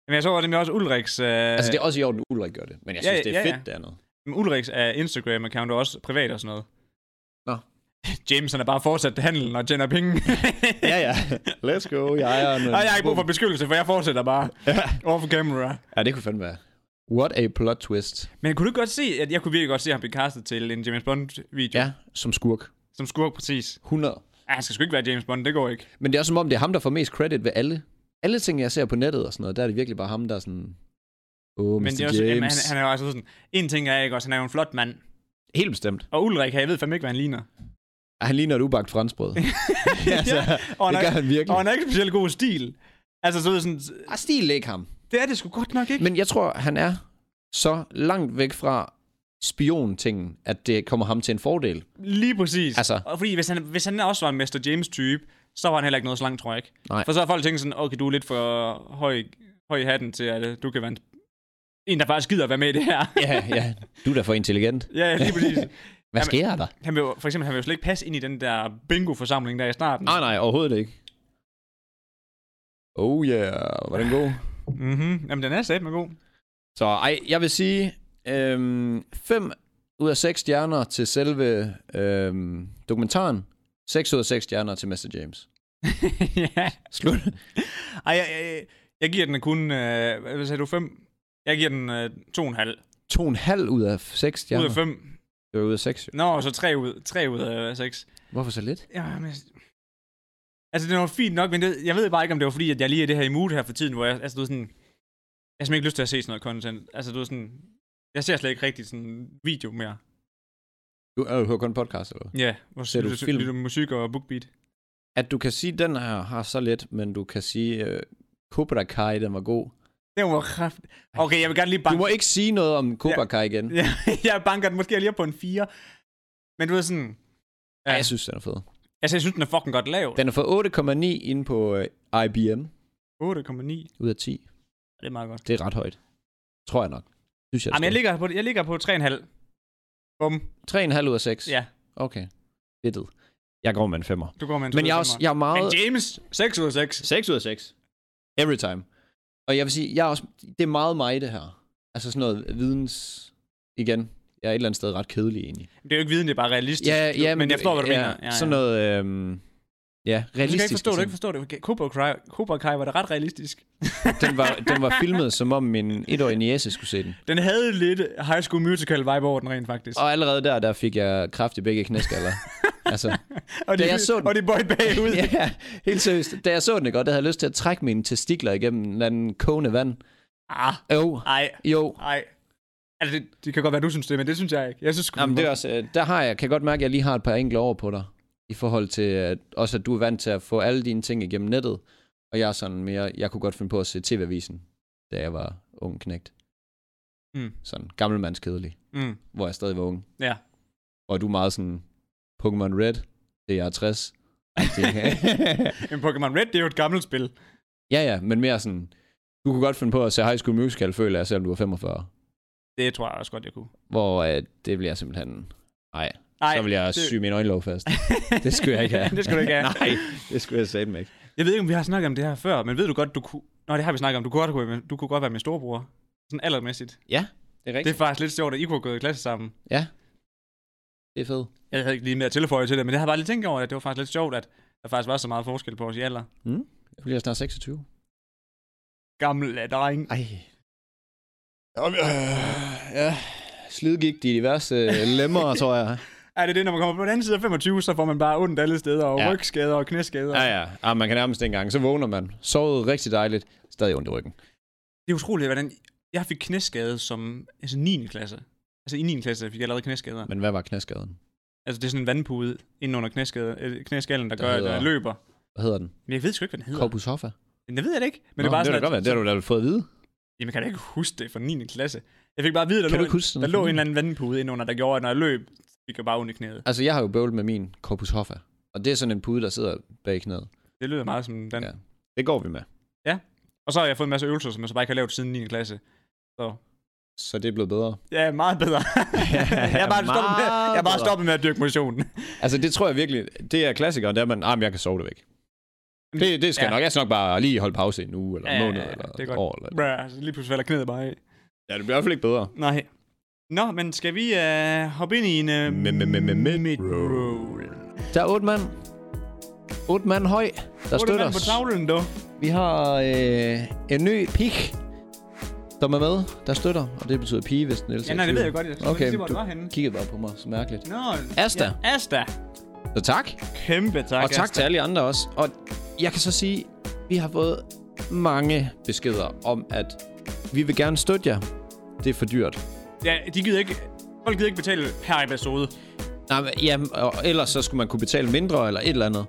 Speaker 1: Men jeg så var det med også Ulriks... Øh,
Speaker 2: Altså,
Speaker 1: altså
Speaker 2: det er også i orden, Ulrik gør det. Men jeg
Speaker 1: Ja,
Speaker 2: synes, det er
Speaker 1: ja, ja.
Speaker 2: fedt, det er noget.
Speaker 1: Ulriks er øh, Instagram-account og også privat og sådan noget. [LAUGHS]
Speaker 2: Nå.
Speaker 1: Jameson er bare fortsat handlen og tjener
Speaker 2: [LAUGHS]
Speaker 1: penge.
Speaker 2: [LAUGHS] Ja, ja. Let's go, jeg er en...
Speaker 1: Og jeg har ikke brug for beskyttelse, for jeg fortsætter bare
Speaker 2: Ja.
Speaker 1: over for camera.
Speaker 2: ja, det kunne fandme være. What a plot twist.
Speaker 1: Men kunne du godt se, at jeg kunne virkelig godt se ham blive castet til en James Bond-video,
Speaker 2: Ja, som skurk.
Speaker 1: som skurk præcis.
Speaker 2: 100.
Speaker 1: Ej, han skal sgu ikke være James Bond, det går ikke.
Speaker 2: Men det er også som om, det er ham, der får mest credit ved alle. Alle ting, jeg ser på nettet og sådan noget, der er det virkelig bare ham, der er sådan... Åh, oh, Mr.
Speaker 1: Men det er
Speaker 2: James.
Speaker 1: også, jamen, han, han er jo altså sådan, en ting er ikke også, han er jo en flot mand.
Speaker 2: Helt bestemt.
Speaker 1: Og Ulrik, her, jeg ved fandme ikke, hvad han ligner.
Speaker 2: Han ligner et ubagt franskbrød. altså,
Speaker 1: og han
Speaker 2: det
Speaker 1: er-
Speaker 2: gør han virkelig.
Speaker 1: Og han er ikke specielt god stil. Altså, så ved sådan,
Speaker 2: Ah, stil ikke ham.
Speaker 1: det er det sgu godt nok ikke.
Speaker 2: Men jeg tror, han er så langt væk fra spion-tingen, at det kommer ham til en fordel.
Speaker 1: Lige præcis.
Speaker 2: Altså-
Speaker 1: Og fordi hvis han, hvis han også var en Mr. James-type, så var han heller ikke noget slank, tror jeg ikke.
Speaker 2: Nej.
Speaker 1: For så har folk tænkt sådan, okay, du er lidt for høj, høj i hatten til, at øh, du kan være en, en der faktisk gider at være med i det her. [LAUGHS]
Speaker 2: Ja, ja. Du er da for intelligent.
Speaker 1: ja, lige præcis.
Speaker 2: Hvad sker der?
Speaker 1: Han vil, jo- for eksempel, han vil jo slet ikke passe ind i den der bingo-forsamling der i starten.
Speaker 2: Ah, Nej, nej, overhovedet ikke. Oh yeah, var den god?
Speaker 1: Mm-hmm. Jamen, den er satme
Speaker 2: [LAUGHS]
Speaker 1: god.
Speaker 2: Så ej, jeg vil sige 5 fem ud af 6 stjerner til selve øhm, dokumentaren. 6 ud af 6 stjerner til Mr. James.
Speaker 1: ja.
Speaker 2: Slut.
Speaker 1: Ej, jeg, jeg, jeg giver den kun, øh, hvad sagde du, fem? Jeg giver den øh, to og en halv.
Speaker 2: 2,5 ud af 6 stjerner.
Speaker 1: Ud af fem.
Speaker 2: Det var ud af 6.
Speaker 1: Nå, så tre ud, tre ud af seks.
Speaker 2: Hvorfor så lidt?
Speaker 1: Ja, men... Altså, det var fint nok, men det, jeg ved bare ikke, om det var fordi, at jeg lige er det her i mood her for tiden, hvor jeg, altså, du ved, sådan... Jeg har simpelthen ikke lyst til at se sådan noget content. Altså, du ved, sådan... Jeg ser slet ikke rigtig sådan video mere.
Speaker 2: Du, øh, du hører kun podcast, eller hvad?
Speaker 1: Ja, hvor
Speaker 2: Ser du
Speaker 1: lytter-
Speaker 2: film?
Speaker 1: lytter musik og bookbeat.
Speaker 2: At du kan sige, den her har så lidt, men du kan sige, øh, Cobra Kai, den var god.
Speaker 1: Det var kraft. Okay, jeg vil gerne lige
Speaker 2: Du
Speaker 1: banke...
Speaker 2: må ikke sige noget om Cobra
Speaker 1: Ja.
Speaker 2: Kai igen.
Speaker 1: [LAUGHS] Ja, jeg banker den måske lige op på en 4. Men du ved sådan...
Speaker 2: Ja. Jeg synes, den er fed.
Speaker 1: Altså, jeg synes, den er fucking godt lavet.
Speaker 2: Den har fået 8,9 inde på øh, IBM
Speaker 1: 8,9.
Speaker 2: ud af 10.
Speaker 1: Det er meget godt.
Speaker 2: Det er ret højt. Tror jeg nok. Synes jeg,
Speaker 1: Jamen, jeg
Speaker 2: det
Speaker 1: ligger på, jeg ligger på 3,5. Bum.
Speaker 2: skal. 3,5 ud af 6.
Speaker 1: Ja,
Speaker 2: Okay. Fedtet. Jeg går med en femmer.
Speaker 1: du går med en
Speaker 2: Men jeg er,
Speaker 1: tolv
Speaker 2: også,
Speaker 1: femmer.
Speaker 2: jeg er meget...
Speaker 1: Men James, 6 ud af 6.
Speaker 2: 6 ud af 6. Every time. Og jeg vil sige, jeg er også, det er meget mig det her. Altså sådan noget videns... Igen, jeg er et eller andet sted ret kedelig egentlig.
Speaker 1: Det er jo ikke viden, det er bare realistisk. Du- men jeg forstår, hvad du
Speaker 2: ja,
Speaker 1: mener. Ja, ja.
Speaker 2: Sådan noget... Øhm, ja,
Speaker 1: Du kan ikke
Speaker 2: realistisk. ligesom. altså.
Speaker 1: forstå, du
Speaker 2: sådan.
Speaker 1: ikke forstå det. Cobra Kai, Cobra Kai var da ret realistisk.
Speaker 2: den, var, den var filmet, som om min etårige niece skulle se den.
Speaker 1: Den havde lidt High School Musical vibe over den rent faktisk.
Speaker 2: Og allerede der, der fik jeg kraft i
Speaker 1: [LAUGHS]
Speaker 2: begge knæskaller. altså,
Speaker 1: og
Speaker 2: da jeg så den-
Speaker 1: og de bøjte bagud.
Speaker 2: [LAUGHS] ja, helt seriøst. Da jeg så den, ikke, og der havde jeg lyst til at trække mine testikler igennem en eller anden kogende vand.
Speaker 1: Ah,
Speaker 2: Jo,
Speaker 1: ej,
Speaker 2: jo.
Speaker 1: ej. Altså, det, det, kan godt være, du synes det, men det synes jeg ikke. Jeg synes sgu,
Speaker 2: Jamen,
Speaker 1: den
Speaker 2: det er
Speaker 1: var-
Speaker 2: også, øh, der har jeg, kan jeg godt mærke, at jeg lige har et par enkle over på dig. I forhold til, at også at du er vant til at få alle dine ting igennem nettet. Og jeg er sådan mere, jeg kunne godt finde på at se TV-avisen, da jeg var ung knægt.
Speaker 1: Mm.
Speaker 2: Sådan gammelmandskedelig,
Speaker 1: Mm.
Speaker 2: hvor jeg stadig var ung.
Speaker 1: Ja.
Speaker 2: Og du er meget sådan, Pokémon Red, det er jeg 60.
Speaker 1: Men Pokémon Red, det er jo et gammelt spil.
Speaker 2: ja, ja, men mere sådan, du kunne godt finde på at se High School Musical, føler jeg, selvom du er 45.
Speaker 1: Det tror jeg også godt, jeg kunne.
Speaker 2: Hvor øh, det bliver simpelthen, nej,
Speaker 1: Nej,
Speaker 2: så vil jeg
Speaker 1: det-
Speaker 2: sy min
Speaker 1: [LAUGHS]
Speaker 2: øjenlåg fast. Det skulle jeg ikke have.
Speaker 1: det skulle du ikke have.
Speaker 2: [LAUGHS] Nej, det skulle jeg satme ikke.
Speaker 1: Jeg ved ikke, om vi har snakket om det her før, men ved du godt, du kunne... Nå, det har vi snakket om. Du kunne, godt, kunne være- du kunne godt være min storebror. Sådan aldermæssigt.
Speaker 2: Det er
Speaker 1: Det er faktisk lidt sjovt, at I kunne have gået i klasse sammen.
Speaker 2: Det er fedt.
Speaker 1: Jeg havde ikke lige mere at tilføje til det, men jeg har bare lige tænkt over, at det var faktisk lidt sjovt, at der faktisk var så meget forskel på os i alder.
Speaker 2: Jeg bliver snart 26.
Speaker 1: Gammel er dreng.
Speaker 2: Ej. Jamen, øh, ja. Slidgigt i diverse øh, [LAUGHS] lemmer, tror jeg.
Speaker 1: Er det det, når man kommer på den anden side af 25, så får man bare ondt alle steder, og
Speaker 2: Ja.
Speaker 1: ja. rygskader og knæskader.
Speaker 2: Ja, ja. Ah, man kan nærmest ikke engang. Så vågner man. Sovet rigtig dejligt. Stadig ondt i ryggen.
Speaker 1: Det er utroligt, hvordan jeg fik knæskade som altså 9. klasse. Altså i 9. klasse fik jeg allerede knæskader.
Speaker 2: Men hvad var knæskaden?
Speaker 1: Altså det er sådan en vandpude inden under knæskade, øh, knæskallen, der,
Speaker 2: Der
Speaker 1: der gør,
Speaker 2: hedder-
Speaker 1: at jeg løber.
Speaker 2: Hvad hedder den?
Speaker 1: Men jeg ved sgu ikke, hvad den hedder.
Speaker 2: Corpus hoffa?
Speaker 1: Men det ved jeg det ikke. Men
Speaker 2: Nå,
Speaker 1: det er bare
Speaker 2: det,
Speaker 1: sådan,
Speaker 2: det, det, det har du da fået at vide.
Speaker 1: Jamen, kan jeg da ikke huske det fra 9. klasse. Jeg fik bare at vide, der
Speaker 2: Kan
Speaker 1: lå,
Speaker 2: du ikke huske
Speaker 1: en,
Speaker 2: sådan
Speaker 1: der lå en
Speaker 2: noget?
Speaker 1: eller anden vandpude indenunder, der gjorde, at når jeg løb, fik jeg bare ondt i knæet.
Speaker 2: Altså, jeg har jo bøvlet med min corpus hoffa. Og det er sådan en pude, der sidder bag knæet.
Speaker 1: Det lyder meget som den.
Speaker 2: Ja.
Speaker 1: Ja.
Speaker 2: Det går vi med.
Speaker 1: Og så har jeg fået en masse øvelser, som jeg så bare ikke har lavet siden 9. klasse.
Speaker 2: Så det er blevet bedre.
Speaker 1: Ja, meget [LAUGHS] bedre. jeg er bare stoppet med,
Speaker 2: meget
Speaker 1: jeg er bare
Speaker 2: bedre.
Speaker 1: stoppet med at dyrke motion. [LAUGHS]
Speaker 2: Altså, det tror jeg virkelig, det er klassikeren, der er man, ah, men jeg kan sove det væk. Det, det skal ja.
Speaker 1: Ja.
Speaker 2: nok, jeg skal nok bare lige holde pause i en uge, eller en
Speaker 1: Ja,
Speaker 2: måned,
Speaker 1: ja, ja,
Speaker 2: eller
Speaker 1: det er
Speaker 2: et
Speaker 1: godt.
Speaker 2: år. Eller...
Speaker 1: Brr, så altså, lige pludselig falder knæet bare af.
Speaker 2: Ja, det bliver i hvert fald ikke bedre.
Speaker 1: Nej. Nå, men skal vi øh, hoppe ind i en øh, midroll?
Speaker 2: Der er otte mand. Otte mand høj, der
Speaker 1: Hvor er det
Speaker 2: støtter
Speaker 1: mand på
Speaker 2: os.
Speaker 1: tavlen, dog?
Speaker 2: Vi har øh, en ny pik, som er med, der støtter. Og det betyder pige, hvis den ellers
Speaker 1: Ja,
Speaker 2: er
Speaker 1: nej,
Speaker 2: i
Speaker 1: det ved jeg
Speaker 2: tvivl.
Speaker 1: godt. Jeg skal okay,
Speaker 2: Okay,
Speaker 1: lige se, hvor den var henne.
Speaker 2: du kiggede bare på mig, så mærkeligt.
Speaker 1: Nå,
Speaker 2: Asta.
Speaker 1: Ja, Asta.
Speaker 2: Så tak.
Speaker 1: Kæmpe tak,
Speaker 2: Og tak
Speaker 1: Asta.
Speaker 2: til alle jer andre også. Og jeg kan så sige, vi har fået mange beskeder om, at vi vil gerne støtte jer. Det er for dyrt.
Speaker 1: Ja, de gider ikke... Folk gider ikke betale per episode.
Speaker 2: Nej, men, ja, og ellers så skulle man kunne betale mindre eller et eller andet.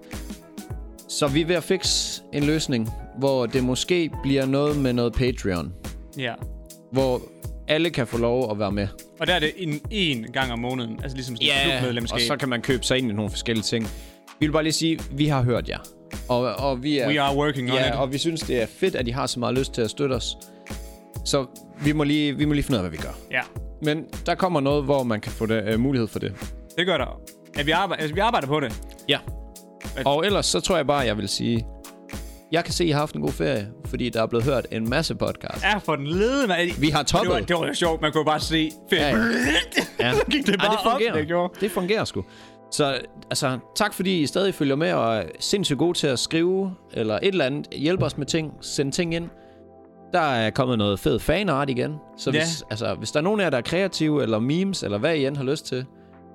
Speaker 2: Så vi er ved at fikse en løsning, hvor det måske bliver noget med noget Patreon.
Speaker 1: Ja.
Speaker 2: Hvor alle kan få lov at være med.
Speaker 1: Og der er det en, en gang om måneden. Altså ligesom sådan et klubmedlemskab.
Speaker 2: og så kan man købe sig ind i nogle forskellige ting. Vi vil bare lige sige, vi har hørt jer. Og, og vi er,
Speaker 1: We are working on
Speaker 2: ja,
Speaker 1: it.
Speaker 2: og vi synes, det er fedt, at I har så meget lyst til at støtte os. Så vi må lige, vi må lige finde ud af, hvad vi gør.
Speaker 1: Ja,
Speaker 2: Men der kommer noget, hvor man kan få det, øh, mulighed for det.
Speaker 1: det gør der. Ja, vi, arbejder, altså, vi arbejder på det.
Speaker 2: Ja. Og ellers så tror jeg bare, jeg vil sige, jeg kan se, at I har haft en god ferie, fordi der er blevet hørt en masse podcast.
Speaker 1: Ja, for den lede, man.
Speaker 2: Vi har
Speaker 1: det var,
Speaker 2: toppet.
Speaker 1: det var jo sjovt, man kunne bare se. Ja,
Speaker 2: ja.
Speaker 1: [LAUGHS]
Speaker 2: Ja.
Speaker 1: så gik det
Speaker 2: Ej,
Speaker 1: bare
Speaker 2: det fungerer.
Speaker 1: op, det gjorde.
Speaker 2: Det fungerer sgu. Så altså, tak fordi I stadig følger med og er sindssygt gode til at skrive eller et eller andet. Hjælp os med ting, send ting ind. Der er kommet noget fed fanart igen. Så
Speaker 1: Ja.
Speaker 2: hvis, altså, hvis der er nogen af jer, der er kreative eller memes eller hvad I end har lyst til.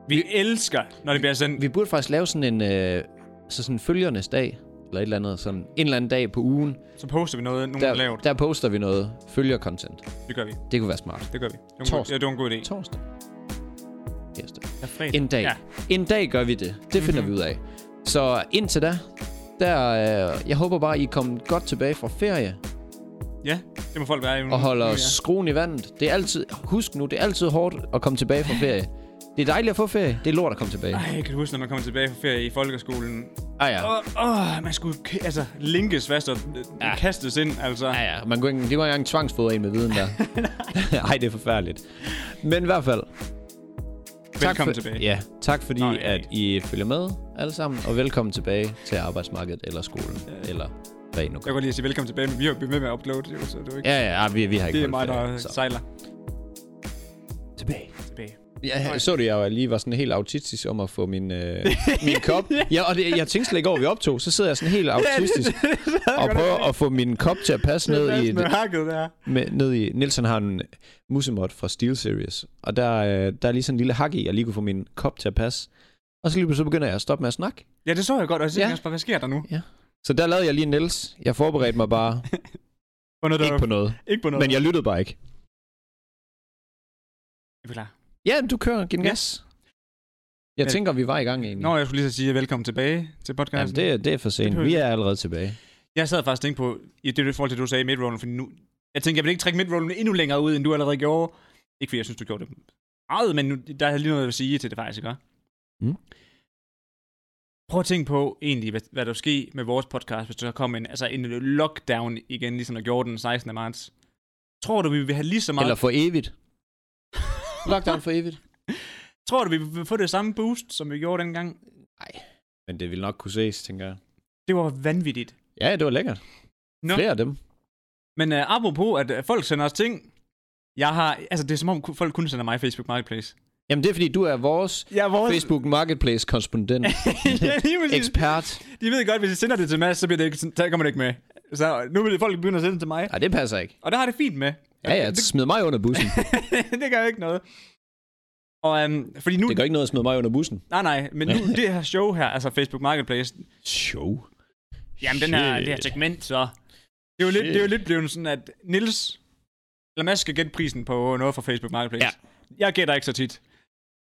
Speaker 1: Vi elsker, når det bliver sendt.
Speaker 2: Vi burde faktisk lave sådan en øh, så sådan følgernes dag eller et eller andet, sådan en eller anden dag på ugen.
Speaker 1: Så poster vi noget, nogen har
Speaker 2: Der,
Speaker 1: lavet.
Speaker 2: der poster vi noget følger-content.
Speaker 1: Det gør vi.
Speaker 2: Det kunne være smart.
Speaker 1: Det gør vi. Det var en, god-
Speaker 2: Torsdag.
Speaker 1: ja, det var en god idé.
Speaker 2: Torsdag. Tirsdag.
Speaker 1: Ja, fredag.
Speaker 2: En dag.
Speaker 1: Ja. Mhm.
Speaker 2: Ja. En dag gør vi det. Det finder mm-hmm. vi ud af. Så indtil da, der, øh, jeg håber bare, I er kommet godt tilbage fra ferie
Speaker 1: ja, det må folk være i.
Speaker 2: og holder
Speaker 1: Ja.
Speaker 2: skruen i vandet. Det er altid, husk nu, det er altid hårdt at komme tilbage fra ferie. Det er dejligt at få ferie. Det er lort at komme tilbage.
Speaker 1: Ej, kan du huske, når man kom tilbage fra ferie i folkeskolen?
Speaker 2: Ah, ja.
Speaker 1: Åh, oh, man skulle k- altså, linkes fast og øh,
Speaker 2: Ja.
Speaker 1: kastes ind, altså.
Speaker 2: Ah, Ja, ja. Man kunne ikke, det var ikke engang tvangsfodre en med viden
Speaker 1: [LAUGHS]
Speaker 2: der. [LAUGHS] Nej, det er forfærdeligt. Men i hvert fald.
Speaker 1: Velkommen
Speaker 2: for,
Speaker 1: tilbage.
Speaker 2: Ja, tak fordi
Speaker 1: Nå,
Speaker 2: Nå,
Speaker 1: ja.
Speaker 2: at I følger med alle sammen, og velkommen tilbage til arbejdsmarkedet eller skolen, ja. eller hvad I
Speaker 1: Jeg
Speaker 2: nu gør.
Speaker 1: kan godt lige sige velkommen tilbage, men vi har jo med med at uploade, jo, så det er jo ikke...
Speaker 2: Ja, ja, ja, vi, vi har ikke
Speaker 1: det er mig,
Speaker 2: holdt ferie,
Speaker 1: der
Speaker 2: så.
Speaker 1: sejler
Speaker 2: Tilbage.
Speaker 1: tilbage.
Speaker 2: Ja, jeg så det, jeg var lige var sådan helt autistisk om at få min, øh,
Speaker 1: [LAUGHS]
Speaker 2: min kop. Ja, og det, jeg tænkte slet ikke over, vi optog. Så sidder jeg sådan helt
Speaker 1: [LAUGHS]
Speaker 2: autistisk og prøver at få min kop til at passe ned i et,
Speaker 1: Det er hakket der.
Speaker 2: med, ned i... Nielsen har en øh, musemod fra Steel Series, og der, øh, der er lige sådan en lille hak i, jeg lige kunne få min kop til at passe. Og så lige pludselig begynder jeg at stoppe med at snakke.
Speaker 1: Ja, det så jeg godt, og jeg tænkte
Speaker 2: Ja.
Speaker 1: også bare, hvad sker der nu?
Speaker 2: Så der lavede jeg lige en Niels. Jeg forberedte mig bare
Speaker 1: Og noget, der
Speaker 2: ikke på noget,
Speaker 1: ikke på noget.
Speaker 2: men jeg lyttede bare ikke.
Speaker 1: Jeg er klar.
Speaker 2: Ja, men du kører, giv den
Speaker 1: Ja.
Speaker 2: gas. Jeg
Speaker 1: Men-
Speaker 2: tænker, vi var i gang egentlig.
Speaker 1: Nå, jeg skulle lige så sige velkommen tilbage til
Speaker 2: Jamen,
Speaker 1: podcasten.
Speaker 2: det, er- det er for sent.
Speaker 1: behøver
Speaker 2: Vi
Speaker 1: vi-
Speaker 2: er allerede tilbage.
Speaker 1: Jeg sad faktisk og tænkte på, i det forhold til, det, du sagde i midrollen, for nu... Jeg tænkte, jeg vil ikke trække midrollen endnu længere ud, end du allerede gjorde. Ikke fordi jeg synes, du gjorde det meget, men nu, der er lige noget at sige til det faktisk, ikke?
Speaker 2: Mm.
Speaker 1: Prøv at tænke på egentlig, hvad, hvad der sker med vores podcast, hvis der kom en, altså en lockdown igen, ligesom der gjorde den 16. marts. Tror du, vi vil have lige så meget...
Speaker 2: Eller for
Speaker 1: [LAUGHS]
Speaker 2: evigt. Lockdown for evigt.
Speaker 1: Tror du, vi vil få det samme boost, som vi gjorde dengang?
Speaker 2: Men det vil nok kunne ses, tænker jeg.
Speaker 1: Det var vanvittigt.
Speaker 2: Ja, det var lækkert.
Speaker 1: Nå.
Speaker 2: No. Flere af dem.
Speaker 1: Men uh, apropos, at uh, folk sender os ting. Jeg har, altså det er som om ku- folk kun sender mig Facebook Marketplace.
Speaker 2: Jamen, det er fordi, du er vores
Speaker 1: Ja, vores...
Speaker 2: Facebook Marketplace-korrespondent.
Speaker 1: [LAUGHS] ja, lige præcis.
Speaker 2: Ekspert.
Speaker 1: De ved godt, hvis de sender det til Mads, så bliver det ikke, sådan- der kommer det ikke med. Så nu vil folk begynde at sende det til mig.
Speaker 2: Nej, det passer ikke.
Speaker 1: Og der har det fint med.
Speaker 2: Ja, ja,
Speaker 1: Det,
Speaker 2: smid mig under bussen.
Speaker 1: [LAUGHS] det gør jo ikke noget. Og um, fordi nu...
Speaker 2: Det gør ikke noget at smide mig under bussen.
Speaker 1: Nej, nej,
Speaker 2: [LAUGHS]
Speaker 1: men nu det her show her, altså Facebook Marketplace,
Speaker 2: Show.
Speaker 1: Jamen, den her, det her
Speaker 2: Shit.
Speaker 1: segment, så... Det er, jo lidt,
Speaker 2: Shit.
Speaker 1: det er jo lidt blevet sådan, at Nils eller Mads skal gætte prisen på noget fra Facebook Marketplace.
Speaker 2: Ja.
Speaker 1: Jeg gætter ikke så tit.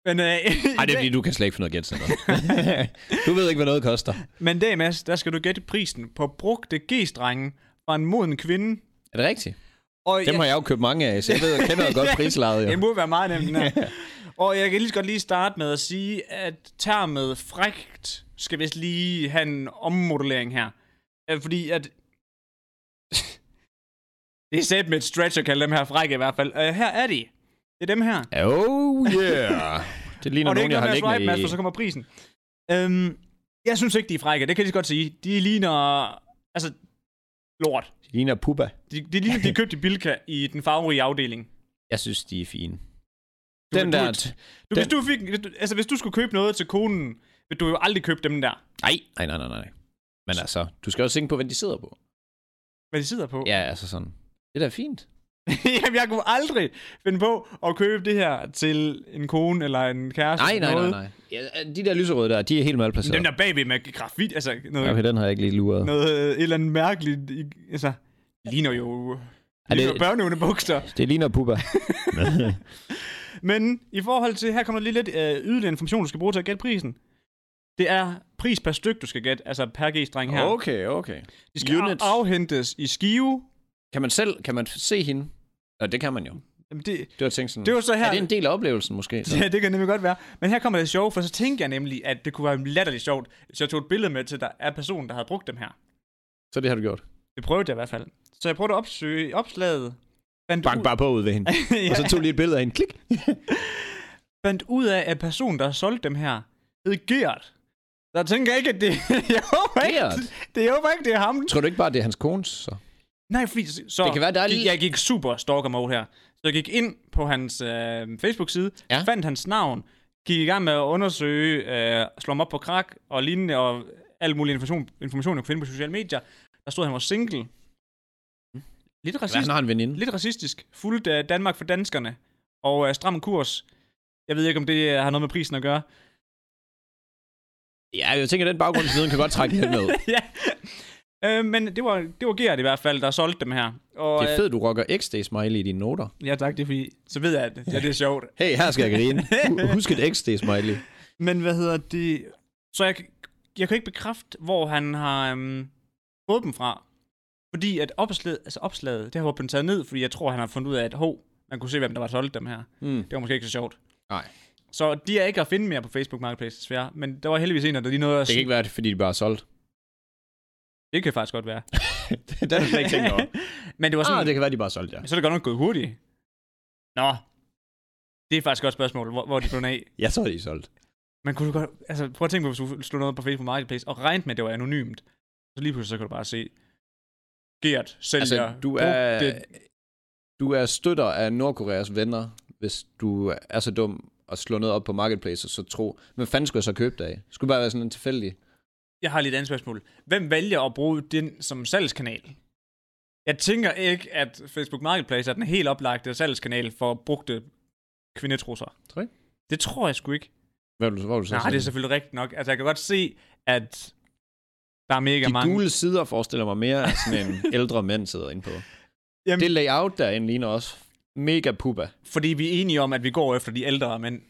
Speaker 1: Men, øh,
Speaker 2: Ej, det er fordi, du kan slet ikke finde noget
Speaker 1: [LAUGHS]
Speaker 2: gæt Du ved ikke, hvad noget koster.
Speaker 1: men dag, Mads, der skal du gætte prisen på brugte G-strenge fra en moden kvinde.
Speaker 2: Er det rigtigt?
Speaker 1: Og
Speaker 2: Dem har jeg jo købt mange af, så jeg ved, jeg kender jo
Speaker 1: [LAUGHS]
Speaker 2: godt
Speaker 1: Ja.
Speaker 2: prislaget. Jo.
Speaker 1: Det må være meget nemt, den
Speaker 2: [LAUGHS]
Speaker 1: her. Og jeg kan lige så godt lige starte med at sige, at termet frægt skal vist lige have en ommodulering her. Øh, Fordi at... [LAUGHS] det er sat med et stretch at kalde dem her frække i hvert fald. Øh, her er de. Det er dem her.
Speaker 2: Oh
Speaker 1: [LAUGHS]
Speaker 2: yeah. Det ligner
Speaker 1: Og det er
Speaker 2: nogen,
Speaker 1: ikke noget
Speaker 2: jeg har
Speaker 1: med at swipe,
Speaker 2: liggende
Speaker 1: Mads,
Speaker 2: i...
Speaker 1: for så kommer prisen. Øhm, jeg synes ikke, de er frække. Det kan jeg lige så godt sige. De ligner... Altså, lort.
Speaker 2: Det ligner puba.
Speaker 1: De, de ligner, de er købt i Bilka i den farverige afdeling.
Speaker 2: Jeg synes, de er fine.
Speaker 1: Du-
Speaker 2: Den
Speaker 1: du-
Speaker 2: der...
Speaker 1: Du, hvis, du fik, hvis du, altså, hvis du skulle købe noget til konen, ville du jo aldrig købe dem der,
Speaker 2: Nej, nej, nej, nej, nej. Men altså, du skal også tænke på, hvad de sidder på.
Speaker 1: hvad de sidder på.
Speaker 2: Ja, altså sådan. Det er da fint.
Speaker 1: [LAUGHS] Jamen, jeg kunne aldrig finde på at købe det her til en kone eller en kæreste.
Speaker 2: Nej,
Speaker 1: eller
Speaker 2: nej, nej,
Speaker 1: noget.
Speaker 2: nej. Ja, de der lyserøde der, de er helt
Speaker 1: Men
Speaker 2: malplaceret.
Speaker 1: Dem der bagved med grafit, altså noget,
Speaker 2: Okay, den har jeg ikke lige luret.
Speaker 1: noget øh, et eller andet mærkeligt, i- altså, ligner jo
Speaker 2: Er
Speaker 1: ligner
Speaker 2: det-
Speaker 1: børneunde bukser.
Speaker 2: Det ligner [LAUGHS] puba.
Speaker 1: Men i forhold til, her kommer der lige lidt øh, yderligere information, du skal bruge til at gætte prisen. Det er pris per styk, du skal gætte, altså per G-streng her.
Speaker 2: okay, okay.
Speaker 1: De skal
Speaker 2: units.
Speaker 1: units. afhentes i skive.
Speaker 2: Kan man selv, kan man se hende? Nå, det kan man jo.
Speaker 1: Jamen, det,
Speaker 2: Det var tænkt sådan,
Speaker 1: det var så her...
Speaker 2: er det en del af oplevelsen måske?
Speaker 1: [LAUGHS]
Speaker 2: Så?
Speaker 1: Ja, det kan nemlig godt være. Men her kommer det sjove, for så tænkte jeg nemlig, at det kunne være latterligt sjovt, hvis jeg tog et billede med til der af personen, der havde brugt dem her.
Speaker 2: så det har du gjort.
Speaker 1: Det prøvede jeg i hvert fald. Så jeg prøvede at opsøge opslaget. Fandt
Speaker 2: Bank
Speaker 1: ud,
Speaker 2: bare på ud ved hende.
Speaker 1: [LAUGHS] ja,
Speaker 2: [LAUGHS] Og så tog lige et billede af hende. Klik.
Speaker 1: fandt ud af, at personen, der solgte dem her, hed Gert. Der tænker jeg ikke, at det... [LAUGHS] jeg håber ikke,
Speaker 2: Gert?
Speaker 1: det, jeg håber ikke, det er ham.
Speaker 2: Tror du ikke bare, det er hans kone? Så?
Speaker 1: Nej, fordi så...
Speaker 2: Det kan være, der er
Speaker 1: gik-
Speaker 2: lidt-
Speaker 1: Jeg gik super stalker mode her. Så jeg gik ind på hans øh, Facebook-side,
Speaker 2: Ja.
Speaker 1: ja. fandt hans navn, gik i gang med at undersøge, øh, slå ham op på krak og lignende, og al mulig information, information, jeg kunne finde på sociale medier. Der stod, at han var single. Lidt, racist,
Speaker 2: Mm. Han har en veninde.
Speaker 1: lidt racistisk. Fuldt af Danmark for danskerne. Og øh, stram kurs. Jeg ved ikke, om det øh, har noget med prisen at gøre.
Speaker 2: Ja, jeg tænker, den baggrundsviden kan godt trække lidt ned.
Speaker 1: ja. Øh, men det var, det var Gert i hvert fald, der solgte dem her. Og,
Speaker 2: Det er fedt, du rocker XD-smiley i dine noter.
Speaker 1: øh, ja tak, det er fordi, så ved jeg, at ja, det er sjovt.
Speaker 2: Hey, her skal jeg [LAUGHS] grine. Hu- Husk et XD-smiley.
Speaker 1: Men hvad hedder det? Så jeg, jeg kan ikke bekræfte, hvor han har øhm, fået dem fra. Fordi at opslaget, altså opslaget, det har blevet taget ned, fordi jeg tror, han har fundet ud af, at hov, man kunne se, hvem der var solgt dem her.
Speaker 2: Mm.
Speaker 1: Det var måske ikke så sjovt.
Speaker 2: Nej.
Speaker 1: Så de er ikke at finde mere på Facebook Marketplace, desværre. Men der var heldigvis en, der lige nåede at...
Speaker 2: Det kan ikke være, fordi de bare er solgt.
Speaker 1: det kan faktisk godt være.
Speaker 2: [LAUGHS] det har du slet ikke tænkt over.
Speaker 1: [LAUGHS] Men det var sådan...
Speaker 2: [LAUGHS] Ah, det kan være, de bare er solgt, ja.
Speaker 1: Så er det godt nok gået hurtigt. Nå. Det er faktisk et godt spørgsmål, hvor, hvor er de blev af.
Speaker 2: Jeg tror, de er solgt.
Speaker 1: Man kunne du godt... Altså, prøv at tænke på, hvis du slog noget på Facebook Marketplace, og regnede med, at det var anonymt. Så lige pludselig, så kan du bare se... Gert sælger...
Speaker 2: Altså, du
Speaker 1: brugte-
Speaker 2: er, du er støtter af Nordkoreas venner, hvis du er så dum at slå noget op på Marketplace og så tro, hvad fanden skulle jeg så købe det af? Skulle det bare være sådan en tilfældig?
Speaker 1: Jeg har lige et andet spørgsmål. Hvem vælger at bruge den som salgskanal? Jeg tænker ikke, at Facebook Marketplace er den helt oplagte salgskanal for brugte kvindetrusser.
Speaker 2: Tror du ikke?
Speaker 1: Det tror jeg sgu ikke.
Speaker 2: Hvad vil du, hvad vil du så
Speaker 1: Nej, det er
Speaker 2: sige?
Speaker 1: selvfølgelig rigtigt nok. Altså, jeg kan godt se, at der er mega
Speaker 2: De
Speaker 1: mange...
Speaker 2: gule sider forestiller mig mere, at sådan en ældre mænd sidder inde på.
Speaker 1: Jamen-
Speaker 2: Jamen. Det layout derinde ligner også mega puba.
Speaker 1: Fordi vi er enige om, at vi går efter de ældre mænd.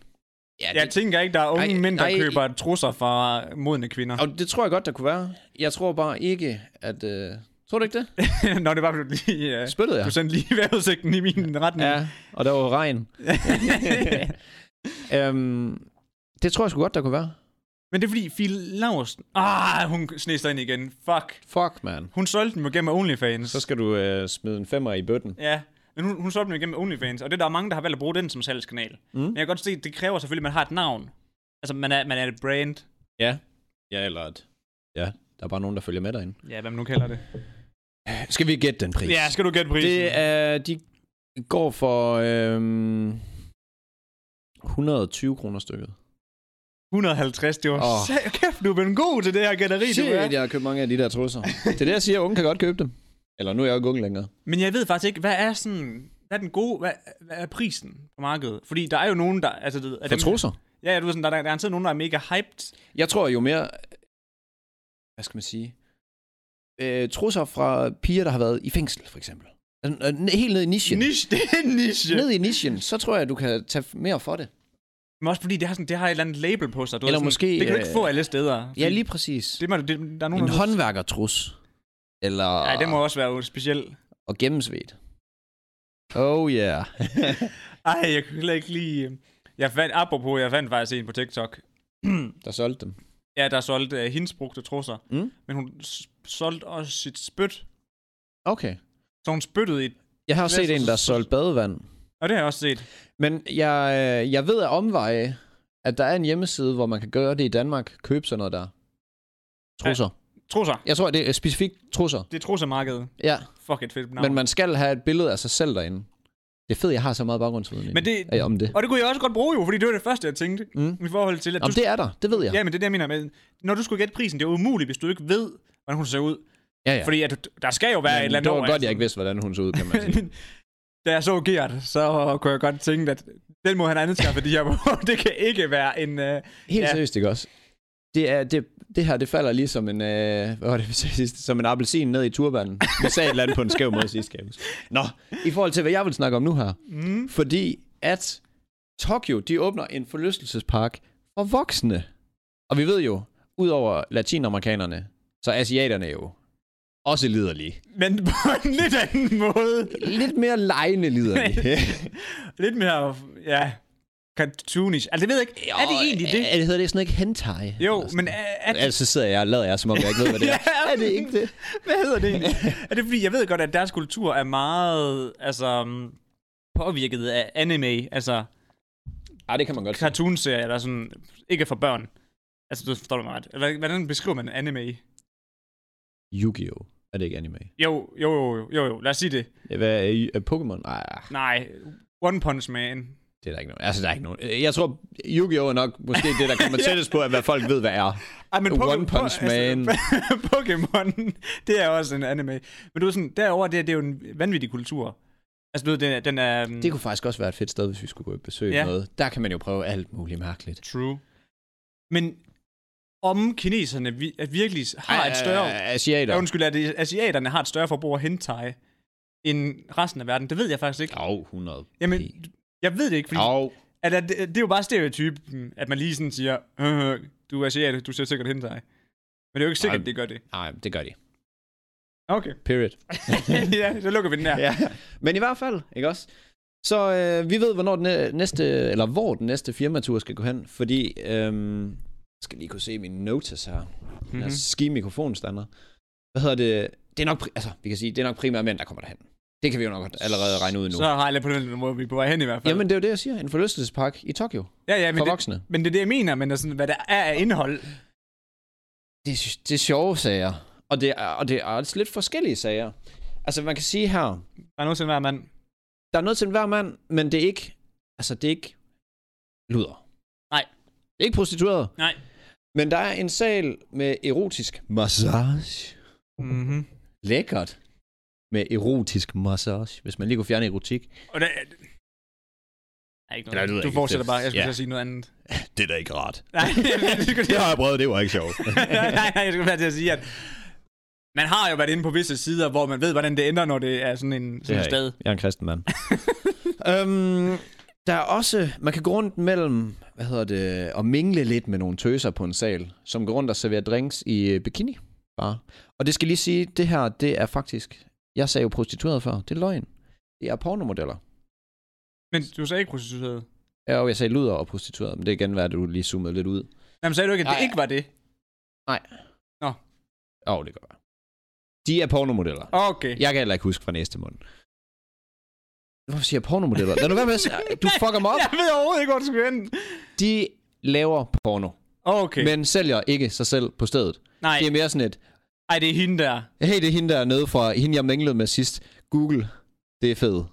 Speaker 2: Ja,
Speaker 1: Jeg tænker ikke, der er unge
Speaker 2: Nej,
Speaker 1: mænd, der
Speaker 2: nej.
Speaker 1: køber trusser fra modne kvinder.
Speaker 2: Og det tror jeg godt, der kunne være. Jeg tror bare ikke, at... Øh... Tror du ikke det?
Speaker 1: [LAUGHS] Nå, det var du lige... Uh,
Speaker 2: Spillede jeg?
Speaker 1: du sendte lige [LAUGHS] vejrudsigten i min retning.
Speaker 2: Ja, og der var [LAUGHS] regn. øhm, det tror jeg sgu godt, der kunne være.
Speaker 1: Men det er fordi, Fie Lausten... Ah, hun sneg sig ind igen. Fuck.
Speaker 2: Fuck, man.
Speaker 1: Hun solgte dem jo gennem OnlyFans.
Speaker 2: Så skal du øh, smide en femmer i bøtten.
Speaker 1: Ja, men hun, hun solgte dem jo gennem OnlyFans, og det er der er mange, der har valgt at bruge den som salgskanal. Mm. Men jeg kan godt se, det kræver selvfølgelig, at man har et navn. Altså, man er, man er et brand.
Speaker 2: Ja. Ja, eller et... Ja, der er bare nogen, der følger med derinde.
Speaker 1: Ja, hvad man nu kalder det.
Speaker 2: Skal vi gætte den pris?
Speaker 1: Ja, skal du gætte prisen?
Speaker 2: Det er... De går for... Øhm, 120 kroner stykket.
Speaker 1: 150, det var...
Speaker 2: Åh.
Speaker 1: Oh. Kæft, du er blevet god til det her gætteri, du er.
Speaker 2: jeg har købt mange af de der trusser. [LAUGHS] det er det, jeg siger, unge kan godt købe dem. Eller nu er jeg jo ikke ung længere.
Speaker 1: Men jeg ved faktisk ikke, hvad er sådan... Hvad er den gode... Hvad, hvad er prisen på markedet? Fordi der er jo nogen, der... Altså, det, er
Speaker 2: For trusser?
Speaker 1: Ja, ja, du ved sådan, der, der, der er altid nogen, der er mega hyped.
Speaker 2: Jeg tror jo mere... Hvad skal man sige? Øh, trusser fra piger, der har været i fængsel, for eksempel. Øh, øh, Helt ned i nichen.
Speaker 1: Niche, [LAUGHS] det er en niche.
Speaker 2: Ned i nichen, så tror jeg, du kan tage mere for det.
Speaker 1: Men også fordi det har, sådan, det har et eller andet label på sig. Du ved,
Speaker 2: Eller
Speaker 1: sådan,
Speaker 2: måske,
Speaker 1: Det kan du ikke
Speaker 2: øh,
Speaker 1: få alle steder.
Speaker 2: Ja, lige præcis.
Speaker 1: Det, må, det, der er nogen,
Speaker 2: En
Speaker 1: der-
Speaker 2: håndværkertrus. Eller...
Speaker 1: Ja, det må også være jo speciel.
Speaker 2: Og gennemsvedt. Oh yeah.
Speaker 1: Ej, jeg kunne heller ikke lige... Jeg fandt, apropos, jeg fandt faktisk en på TikTok.
Speaker 2: Der solgte dem.
Speaker 1: Ja, der solgte uh, hendes brugte trusser.
Speaker 2: Mm.
Speaker 1: Men hun s- solgte også sit spyt.
Speaker 2: Okay.
Speaker 1: Så hun spyttede i...
Speaker 2: Jeg har også set
Speaker 1: Næste-
Speaker 2: en, der solgte badevand.
Speaker 1: Og det har jeg også set.
Speaker 2: Men jeg, øh, jeg ved af omveje, at der er en hjemmeside, hvor man kan gøre det i Danmark. Købe sådan noget der. Trusser.
Speaker 1: Trusser.
Speaker 2: Jeg tror, det er specifikt trusser.
Speaker 1: Det er trussermarkedet.
Speaker 2: Ja,
Speaker 1: Fuck et fedt navn.
Speaker 2: men man skal have et billede af sig selv derinde. Det er fedt, jeg har så meget baggrundsviden
Speaker 1: Men
Speaker 2: egentlig,
Speaker 1: det-
Speaker 2: øh, om det.
Speaker 1: Og det kunne jeg også godt bruge jo, fordi det var det første, jeg tænkte.
Speaker 2: Mm.
Speaker 1: I forhold til, at du...
Speaker 2: Om det er der, det ved jeg.
Speaker 1: Ja, men det er det, jeg mener med, når du skulle gætte prisen, det er umuligt, hvis du ikke ved, hvordan hun ser ud.
Speaker 2: Ja,
Speaker 1: Ja. Fordi at, du- der skal jo være et
Speaker 2: Men
Speaker 1: eller andet
Speaker 2: det var
Speaker 1: over,
Speaker 2: godt, jeg
Speaker 1: altså.
Speaker 2: ikke vidste, hvordan hun så ud,
Speaker 1: [LAUGHS]
Speaker 2: kan man sige.
Speaker 1: da jeg så Gert, så kunne jeg godt tænke, at den må han anskaffe de her på. [LAUGHS] Det kan ikke være en... Uh...
Speaker 2: Helt
Speaker 1: Ja.
Speaker 2: ja. seriøst, ikke også? Det, er, det, det her, det falder lige som en, øh, hvad var det, vi sagde sidst? Som en appelsin ned i turbanen. Jeg sagde et eller andet på en skæv måde sidst, kan jeg huske. Nå, i forhold til, hvad jeg vil snakke om nu her.
Speaker 1: Mm.
Speaker 2: Fordi at Tokyo, de åbner en forlystelsespark for voksne. Og vi ved jo, udover latinamerikanerne, så er asiaterne jo også liderlige.
Speaker 1: Men på en lidt anden måde.
Speaker 2: Lidt mere
Speaker 1: [LAUGHS]
Speaker 2: lejende liderlige.
Speaker 1: Lidt mere... Ja... Cartoonish. Altså, det ved jeg ikke. Er det egentlig det?
Speaker 2: Er, hedder det sådan ikke hentai?
Speaker 1: Jo,
Speaker 2: Eller sådan
Speaker 1: men er, er det...
Speaker 2: Ellers så sidder jeg og lader jeg, som om jeg ikke ved, hvad det er.
Speaker 1: [LAUGHS] Ja,
Speaker 2: er det ikke det?
Speaker 1: Hvad hedder det egentlig? er det fordi, jeg ved godt, at deres kultur er meget... Altså... mm, Påvirket af anime. Altså,
Speaker 2: Ej, det kan man godt sige.
Speaker 1: cartoonserier, der sådan... Ikke er for børn. Altså, du forstår du mig ret. Hvad- Hvordan beskriver man anime?
Speaker 2: Yu-Gi-Oh! Er det ikke anime?
Speaker 1: Jo, jo, jo, jo, jo, jo. Lad os sige det.
Speaker 2: Hvad er, I- er Pokémon? Nej,
Speaker 1: Nej, One Punch Man.
Speaker 2: det er der ikke nogen. Altså, der er ikke nogen. Øh, Jeg tror, Yu-Gi-Oh! er nok måske det, der
Speaker 1: [LAUGHS]
Speaker 2: kommer tættest på, at hvad folk ved, hvad er.
Speaker 1: Ej, men
Speaker 2: One Punch Man.
Speaker 1: Altså, [LAUGHS] Pokémon, det er også en anime. Men du er sådan, derovre, det, er- det er jo en vanvittig kultur. Altså, du ved, den, er- den er...
Speaker 2: Det kunne faktisk også være et fedt sted, hvis vi skulle gå og besøge
Speaker 1: Ja.
Speaker 2: ja. noget. Der kan man jo prøve alt muligt mærkeligt.
Speaker 1: True. Men om kineserne vi, at virkelig har et større...
Speaker 2: Øh,
Speaker 1: Ja,
Speaker 2: Asiater.
Speaker 1: undskyld, at det- asiaterne har et større forbrug af hentai end resten af verden, det ved jeg faktisk ikke.
Speaker 2: Au, 100.
Speaker 1: Jamen, jeg ved det ikke, fordi
Speaker 2: Au.
Speaker 1: at, at, det, det er jo bare stereotypen, at man lige sådan siger, øh, du er asiater, du ser sikkert hentai. Men det er jo ikke sikkert,
Speaker 2: Nej.
Speaker 1: det gør det.
Speaker 2: Nej, det gør de.
Speaker 1: Okay.
Speaker 2: Period.
Speaker 1: [LAUGHS] ja, så lukker vi den der.
Speaker 2: ja. Men i hvert fald, ikke også? Så øh, vi ved, hvornår den næ- næste, eller hvor den næste firmatur skal gå hen, fordi, øhm, jeg skal lige kunne se min notice her, mm-hmm.
Speaker 1: Mhm.
Speaker 2: altså ski mikrofonstander. Hvad hedder det? Det er nok, pri- altså, vi kan sige, det er nok primært mænd, der kommer derhen. Det kan vi jo nok godt allerede regne ud nu.
Speaker 1: Så har jeg lidt på den måde, vi er på vej hen i hvert fald.
Speaker 2: Jamen, det er jo det, jeg siger. En forlystelsespark i Tokyo,
Speaker 1: ja, ja, men
Speaker 2: for
Speaker 1: det,
Speaker 2: voksne.
Speaker 1: men det er det, jeg mener, men det er sådan, hvad der er af indhold.
Speaker 2: det, er sj- det er sjove sager. Og det er, og det er også lidt forskellige sager. Altså, man kan sige her,
Speaker 1: Der er nogensinde hver mand.
Speaker 2: der er noget til enhver mand, men det er ikke, altså, det er ikke luder.
Speaker 1: Nej.
Speaker 2: Det er ikke prostitueret.
Speaker 1: Nej.
Speaker 2: Men der er en sal med erotisk massage.
Speaker 1: Mm-hmm.
Speaker 2: Lækkert. Med erotisk massage, hvis man lige kunne fjerne erotik.
Speaker 1: Og der, er- der er ikke
Speaker 2: Eller
Speaker 1: noget.
Speaker 2: det ved jeg
Speaker 1: du
Speaker 2: ikke,
Speaker 1: fortsætter
Speaker 2: det-
Speaker 1: bare. Jeg skulle
Speaker 2: ja.
Speaker 1: til at sige noget andet.
Speaker 2: Det er da ikke rart.
Speaker 1: Nej, [LAUGHS] det skulle jeg-
Speaker 2: har jeg prøvet, det var ikke sjovt.
Speaker 1: nej, nej, jeg skulle være til at sige, at man har jo været inde på visse sider, hvor man ved, hvordan det ender, når det er sådan en sådan et sted.
Speaker 2: Jeg er en kristen mand. [LAUGHS] øhm, der er også, man kan gå rundt mellem, hvad hedder det, og mingle lidt med nogle tøser på en sal, som går rundt og serverer drinks i øh, bikini. Bare. Og det skal lige sige, det her, det er faktisk, jeg sagde jo prostitueret før, det er løgn. Det er pornomodeller.
Speaker 1: Men du sagde ikke prostitueret.
Speaker 2: Ja, og jeg sagde luder og prostitueret, men det kan være, at du lige zoomede lidt ud.
Speaker 1: Jamen, sagde du ikke, at det
Speaker 2: Nej.
Speaker 1: ikke var det?
Speaker 2: Åh, oh, det gør jeg. De er pornomodeller.
Speaker 1: Okay.
Speaker 2: Jeg kan heller ikke huske fra næste måned. Hvorfor siger jeg pornomodeller? Lad nu være med at sige, du fucker mig op.
Speaker 1: Jeg ved overhovedet ikke, hvor du skal hen.
Speaker 2: De laver porno.
Speaker 1: Okay. Men,
Speaker 2: men sælger ikke sig selv på stedet.
Speaker 1: nej,
Speaker 2: Det er mere sådan et,
Speaker 1: ej, det er hende der.
Speaker 2: hey, det er hende der nede fra, hende jeg minglede med sidst, Google, det er fedt.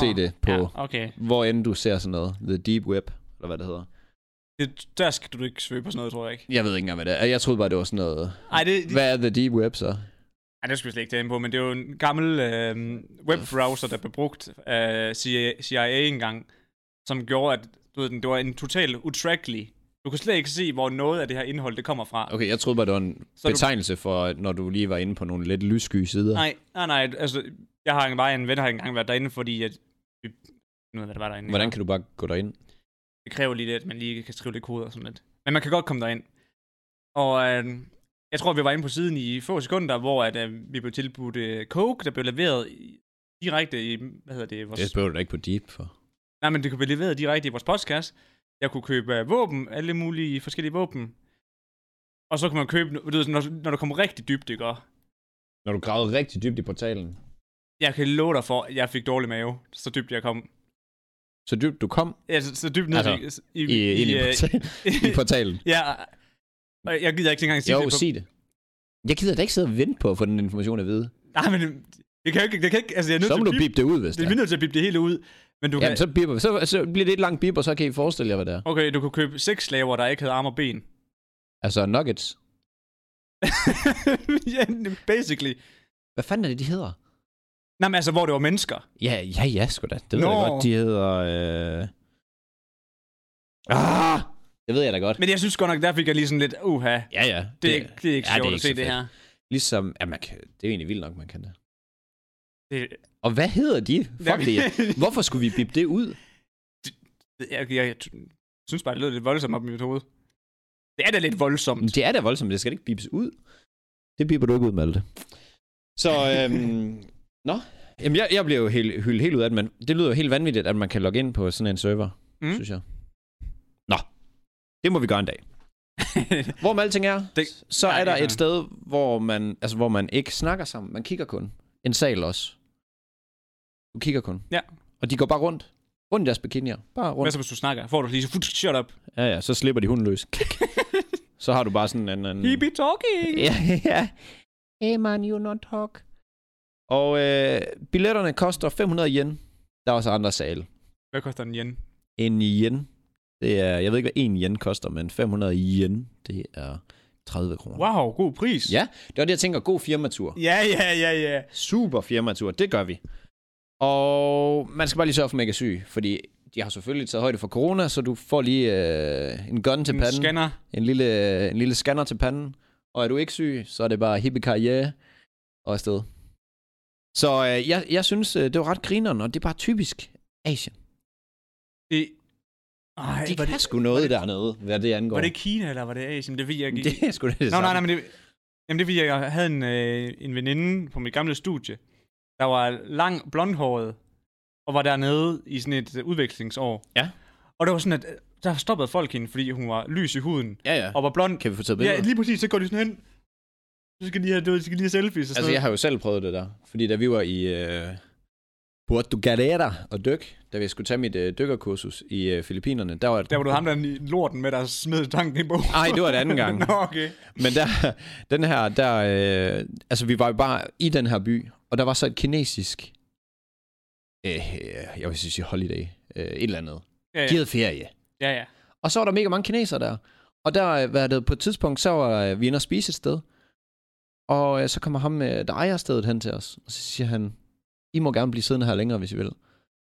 Speaker 2: Se
Speaker 1: Åh,
Speaker 2: det på,
Speaker 1: Ah. Ja,
Speaker 2: Ah, ja.
Speaker 1: okay.
Speaker 2: hvor end du ser sådan noget, The Deep Web, eller hvad det hedder.
Speaker 1: Det, der skal du ikke svøbe på sådan noget, tror jeg ikke.
Speaker 2: Jeg ved ikke engang, hvad det er. Jeg troede bare, det var sådan noget.
Speaker 1: Ej, det, det,
Speaker 2: Hvad er The Deep Web så?
Speaker 1: ej, det skal vi slet ikke tage ind på, men det er jo en gammel øh, webbrowser, der blev brugt af CIA, CIA engang, som gjorde, at du ved, den- det var en total utracklig. Du kunne slet ikke se, hvor noget af det her indhold, det kommer fra.
Speaker 2: Okay, jeg troede bare, det var en
Speaker 1: Så du-
Speaker 2: betegnelse for, når du lige var inde på nogle lidt lyssky sider.
Speaker 1: Nej, nej, nej, altså, jeg har en, bare en ven, der har engang været derinde, fordi at, vi, nu ved, jeg, hvad der var derinde.
Speaker 2: Hvordan kan du bare gå derind?
Speaker 1: det kræver lige lidt, at man lige kan skrive lidt kode og sådan lidt. Men man kan godt komme derind. Og øh, jeg tror, vi var inde på siden i få sekunder, hvor at, øh, vi blev tilbudt øh, Coke, der blev leveret i, direkte i, hvad hedder det, vores...
Speaker 2: Det spørger du da ikke på Deep for.
Speaker 1: Nej, men det kunne blive leveret direkte i vores postkasse. Jeg kunne købe øh, våben, alle mulige forskellige våben. Og så kunne man købe, du ved, når, når du kommer rigtig dybt, ikke? Og
Speaker 2: Når du gravede rigtig dybt i portalen.
Speaker 1: Jeg kan love dig for, at jeg fik dårlig mave, så dybt jeg kom.
Speaker 2: Så dybt du kom
Speaker 1: Ja, så, så dybt ned
Speaker 2: Altså,
Speaker 1: i,
Speaker 2: i, i, i,
Speaker 1: øh, [LAUGHS]
Speaker 2: [LAUGHS] portalen. i portalen.
Speaker 1: ja, og jeg gider ikke engang sige
Speaker 2: Jo,
Speaker 1: det på
Speaker 2: sig det. Jeg gider da ikke sidde og vente på at få den information at vide.
Speaker 1: Nej, men det- det kan jo ikke, det kan ikke, altså jeg er nødt
Speaker 2: Så
Speaker 1: til
Speaker 2: må
Speaker 1: at
Speaker 2: du
Speaker 1: bippe,
Speaker 2: bippe det ud, hvis
Speaker 1: det
Speaker 2: det
Speaker 1: er vi
Speaker 2: er.
Speaker 1: nødt til at bippe det hele ud, men du kan,
Speaker 2: Jamen, så, bipper, vi. så, så bliver det et langt bip, og så kan I forestille jer, hvad det er.
Speaker 1: okay, du kunne købe seks slaver, der ikke havde arme og ben. [LAUGHS]
Speaker 2: Altså, nuggets.
Speaker 1: ja, basically.
Speaker 2: Hvad fanden er det, de hedder?
Speaker 1: Nej, men altså, hvor det var mennesker.
Speaker 2: Ja, ja, ja, sgu da. Det ved
Speaker 1: Nå.
Speaker 2: jeg godt. De hedder... Øh... Ah! Det ved jeg da godt.
Speaker 1: Men jeg synes godt nok, der fik jeg lige sådan lidt, uha, det,
Speaker 2: Ja, ja.
Speaker 1: det, er ikke- det er ikke
Speaker 2: ja, det er
Speaker 1: sjovt
Speaker 2: ikke
Speaker 1: at se
Speaker 2: så
Speaker 1: det
Speaker 2: fedt.
Speaker 1: her.
Speaker 2: Ligesom... Ja, man kan... Det er jo egentlig vildt nok, man kan det.
Speaker 1: Det,
Speaker 2: Og hvad hedder
Speaker 1: [LAUGHS]
Speaker 2: de? Fuck
Speaker 1: Jamen-
Speaker 2: det. Hvorfor skulle vi bippe det ud?
Speaker 1: jeg, jeg, jeg synes bare, det lød lidt voldsomt op i mit hoved. Det er da lidt voldsomt.
Speaker 2: Men Det er da voldsomt. Det skal da ikke bippes ud. Det bipper du ikke ud, Malte. Så, øhm, nå. Jamen, jeg, jeg bliver jo helt, hyldet helt ud af, at man, det lyder jo helt vanvittigt, at man kan logge ind på sådan en server,
Speaker 1: Mm.
Speaker 2: mm. synes jeg. Nå, det må vi gøre en dag. Hvor med alting er,
Speaker 1: Det-
Speaker 2: det, så
Speaker 1: Ja,
Speaker 2: er
Speaker 1: det
Speaker 2: der
Speaker 1: gør jeg.
Speaker 2: et sted, hvor man, altså, hvor man ikke snakker sammen. Man kigger kun. En sal også. Du kigger kun.
Speaker 1: Ja.
Speaker 2: Og de går bare rundt. Rundt i deres bikinier. Bare rundt.
Speaker 1: Hvad så, hvis du snakker? Får du lige så, "Fut, shut up.
Speaker 2: Ja, ja, så slipper de hunden løs. så har du bare sådan en... en
Speaker 1: He be talking.
Speaker 2: Mm. ja, [LAUGHS] ja. Hey man, you not talk. Og øh, billetterne koster 500 yen. Der er også andre sale.
Speaker 1: Hvad koster den yen?
Speaker 2: En yen. Det er, jeg ved ikke, hvad en yen koster, men 500 yen, det er 30 kroner.
Speaker 1: Wow, god pris.
Speaker 2: Ja. Det var det, jeg tænker, god firmatur.
Speaker 1: Ja, ja, ja, ja.
Speaker 2: Super firmatur, det gør vi. Og man skal bare lige sørge for, at man ikke er syg, fordi de har selvfølgelig taget højde for corona, så du får lige øh, en gun til
Speaker 1: En
Speaker 2: panden.
Speaker 1: scanner.
Speaker 2: en lille, øh, en lille scanner til panden, og er du ikke syg, så er det bare hippie karriere og afsted. Så øh, jeg, jeg synes, øh, det var ret grineren, og det er bare typisk Asien.
Speaker 1: Det... Ej,
Speaker 2: De
Speaker 1: var
Speaker 2: kan
Speaker 1: det,
Speaker 2: sgu noget
Speaker 1: var det-
Speaker 2: dernede, hvad det angår.
Speaker 1: Var det Kina, eller var det Asien? Det er fordi, jeg gik...
Speaker 2: [LAUGHS] det er sgu da det
Speaker 1: Nå, nej,
Speaker 2: samme.
Speaker 1: nej, men det... Jamen, det er fordi, jeg havde en, øh, en veninde på mit gamle studie, der var lang blondhåret, og var dernede i sådan et øh, udvekslingsår.
Speaker 2: Ja.
Speaker 1: Og det var sådan, at øh, der stoppede folk hende, fordi hun var lys i huden
Speaker 2: Ja, ja.
Speaker 1: og var blond.
Speaker 2: Kan vi få taget billeder?
Speaker 1: Ja, lige præcis, så går de sådan hen. Så skal de have, du ved, de skal lige have selfies og sådan
Speaker 2: Altså, jeg
Speaker 1: noget.
Speaker 2: har jo selv prøvet det der. Fordi da vi var i øh, Puerto Galera og dyk, da vi skulle tage mit øh, dykkerkursus i øh, Filippinerne, der var...
Speaker 1: Der var du ham, der i lorten med, der smed tanken i bogen.
Speaker 2: Ej, det var det anden gang.
Speaker 1: [LAUGHS] Nå, okay.
Speaker 2: Men der, [LAUGHS] den her, der... Øh, altså, vi var jo bare i den her by, og der var så et kinesisk... Øh, jeg vil sige holiday. Øh, et eller andet.
Speaker 1: Ja,
Speaker 2: De
Speaker 1: ja.
Speaker 2: havde ferie.
Speaker 1: ja, ja.
Speaker 2: Og så var der mega mange kinesere der. Og der øh, var det på et tidspunkt, så var øh, vi inde og spise et sted. Og øh, så kommer ham, øh, der ejer stedet, hen til os. Og så siger han, I må gerne blive siddende her længere, hvis I vil.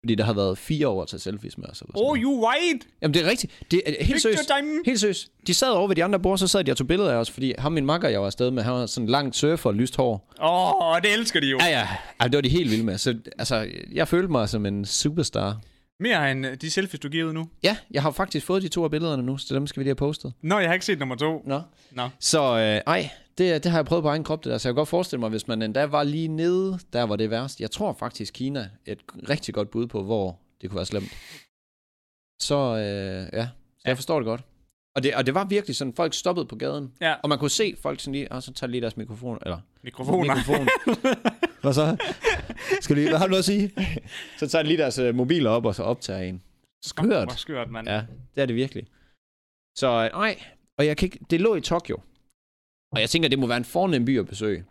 Speaker 2: Fordi der har været fire år til selfies med os. Eller sådan
Speaker 1: Oh,
Speaker 2: noget.
Speaker 1: you white!
Speaker 2: Jamen det er rigtigt. Det er, helt
Speaker 1: Picture
Speaker 2: seriøst.
Speaker 1: time!
Speaker 2: Helt seriøst. De sad over ved de andre bord, så sad de og tog billeder af os, fordi ham min makker, jeg var afsted med, han var sådan langt surfer og lyst hår.
Speaker 1: Åh, oh, det elsker de jo.
Speaker 2: Ja, ja. Ej, det var de helt vilde med. Så altså, jeg følte mig som en superstar.
Speaker 1: Mere end øh, de selfies, du giver ud nu.
Speaker 2: Ja, jeg har faktisk fået de to af billederne nu, så dem skal vi lige have postet.
Speaker 1: Nå, jeg har ikke set nummer to.
Speaker 2: Nå.
Speaker 1: Nå.
Speaker 2: Så øh, ej, det, det har jeg prøvet på egen krop, det der. Så jeg kan godt forestille mig, hvis man endda var lige nede, der var det værst. Jeg tror faktisk, Kina er et rigtig godt bud på, hvor det kunne være slemt. Så øh, ja, så
Speaker 1: Ja.
Speaker 2: jeg forstår det godt. Og det, og det var virkelig sådan, folk stoppede på gaden.
Speaker 1: Ja.
Speaker 2: Og man kunne se folk sådan lige, og så tager de lige deres mikrofon, eller
Speaker 1: Mikrofoner. [LAUGHS]
Speaker 2: mikrofon. Hvad så? Skal lige, hvad har du noget at sige? [LAUGHS] så tager de lige deres øh, mobiler op, og så optager en. Skørt.
Speaker 1: Hvor skørt, mand.
Speaker 2: Ja, det er det virkelig. Så øh, nej, og jeg kan ikke, det lå i Tokyo. Og jeg tænker, det må være en fornem by at besøge.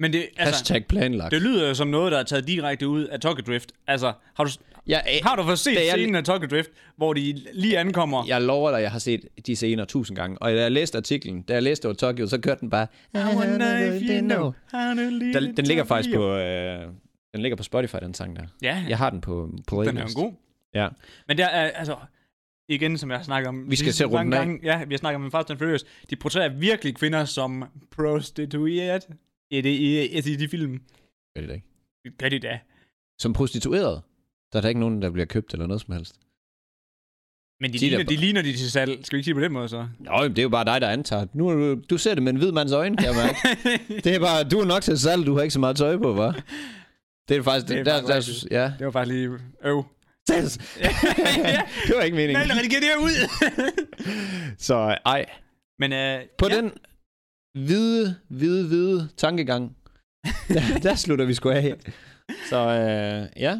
Speaker 1: Men det,
Speaker 2: Altså,
Speaker 1: altså,
Speaker 2: Hashtag planlagt.
Speaker 1: det lyder jo som noget, der er taget direkte ud af Tokyo Drift. Altså, har du,
Speaker 2: Jeg, øh,
Speaker 1: har du fået set
Speaker 2: Da jeg-
Speaker 1: scenen af Tokyo Drift, hvor de lige ankommer?
Speaker 2: jeg lover dig, jeg har set de scener tusind gange. Og da jeg læste artiklen, da jeg læste over Tokyo, så kørte den bare...
Speaker 1: I wonder if you know how to lead
Speaker 2: Den, den ligger faktisk
Speaker 1: Tokyo.
Speaker 2: på... Øh, den ligger på Spotify, den sang der.
Speaker 1: Ja,
Speaker 2: Jeg har den på playlist.
Speaker 1: den er jo god.
Speaker 2: Ja.
Speaker 1: Men der er, altså, igen, som jeg har snakket om...
Speaker 2: Vi skal
Speaker 1: lige
Speaker 2: til at runde
Speaker 1: mange
Speaker 2: den af.
Speaker 1: gange- Ja, vi har snakket om Fast and Furious. De portrætterer virkelig kvinder som prostitueret i, det, i, i, i de film.
Speaker 2: Gør det da ikke.
Speaker 1: Det Gør de da.
Speaker 2: Som prostitueret, der er der ikke nogen, der bliver købt eller noget som helst.
Speaker 1: Men de,
Speaker 2: De er da
Speaker 1: ligner, de ligner de til salg. Skal vi ikke sige det på den måde, så?
Speaker 2: Nå, jamen, det er jo bare dig, der antager. det. Nu, er du, du ser det med en hvid mands øjne, kan jeg mærke.
Speaker 1: [LAUGHS]
Speaker 2: Det er bare, du er nok til salg, du har ikke så meget tøj på, hva'? Det er faktisk,
Speaker 1: Det
Speaker 2: det
Speaker 1: er
Speaker 2: er
Speaker 1: faktisk
Speaker 2: der, der,
Speaker 1: rigtigt.
Speaker 2: synes- ja.
Speaker 1: det var faktisk lige...
Speaker 2: [LAUGHS]
Speaker 1: Øv.
Speaker 2: det var ikke
Speaker 1: Nej,
Speaker 2: meningen.
Speaker 1: lad redigere det her
Speaker 2: [LAUGHS]
Speaker 1: ud!
Speaker 2: Så ej,
Speaker 1: Men øh,
Speaker 2: på
Speaker 1: ja,
Speaker 2: ja. den hvide, hvide,
Speaker 1: [LAUGHS]
Speaker 2: hvide tankegang, der, der slutter vi sgu af. Så øh, ja,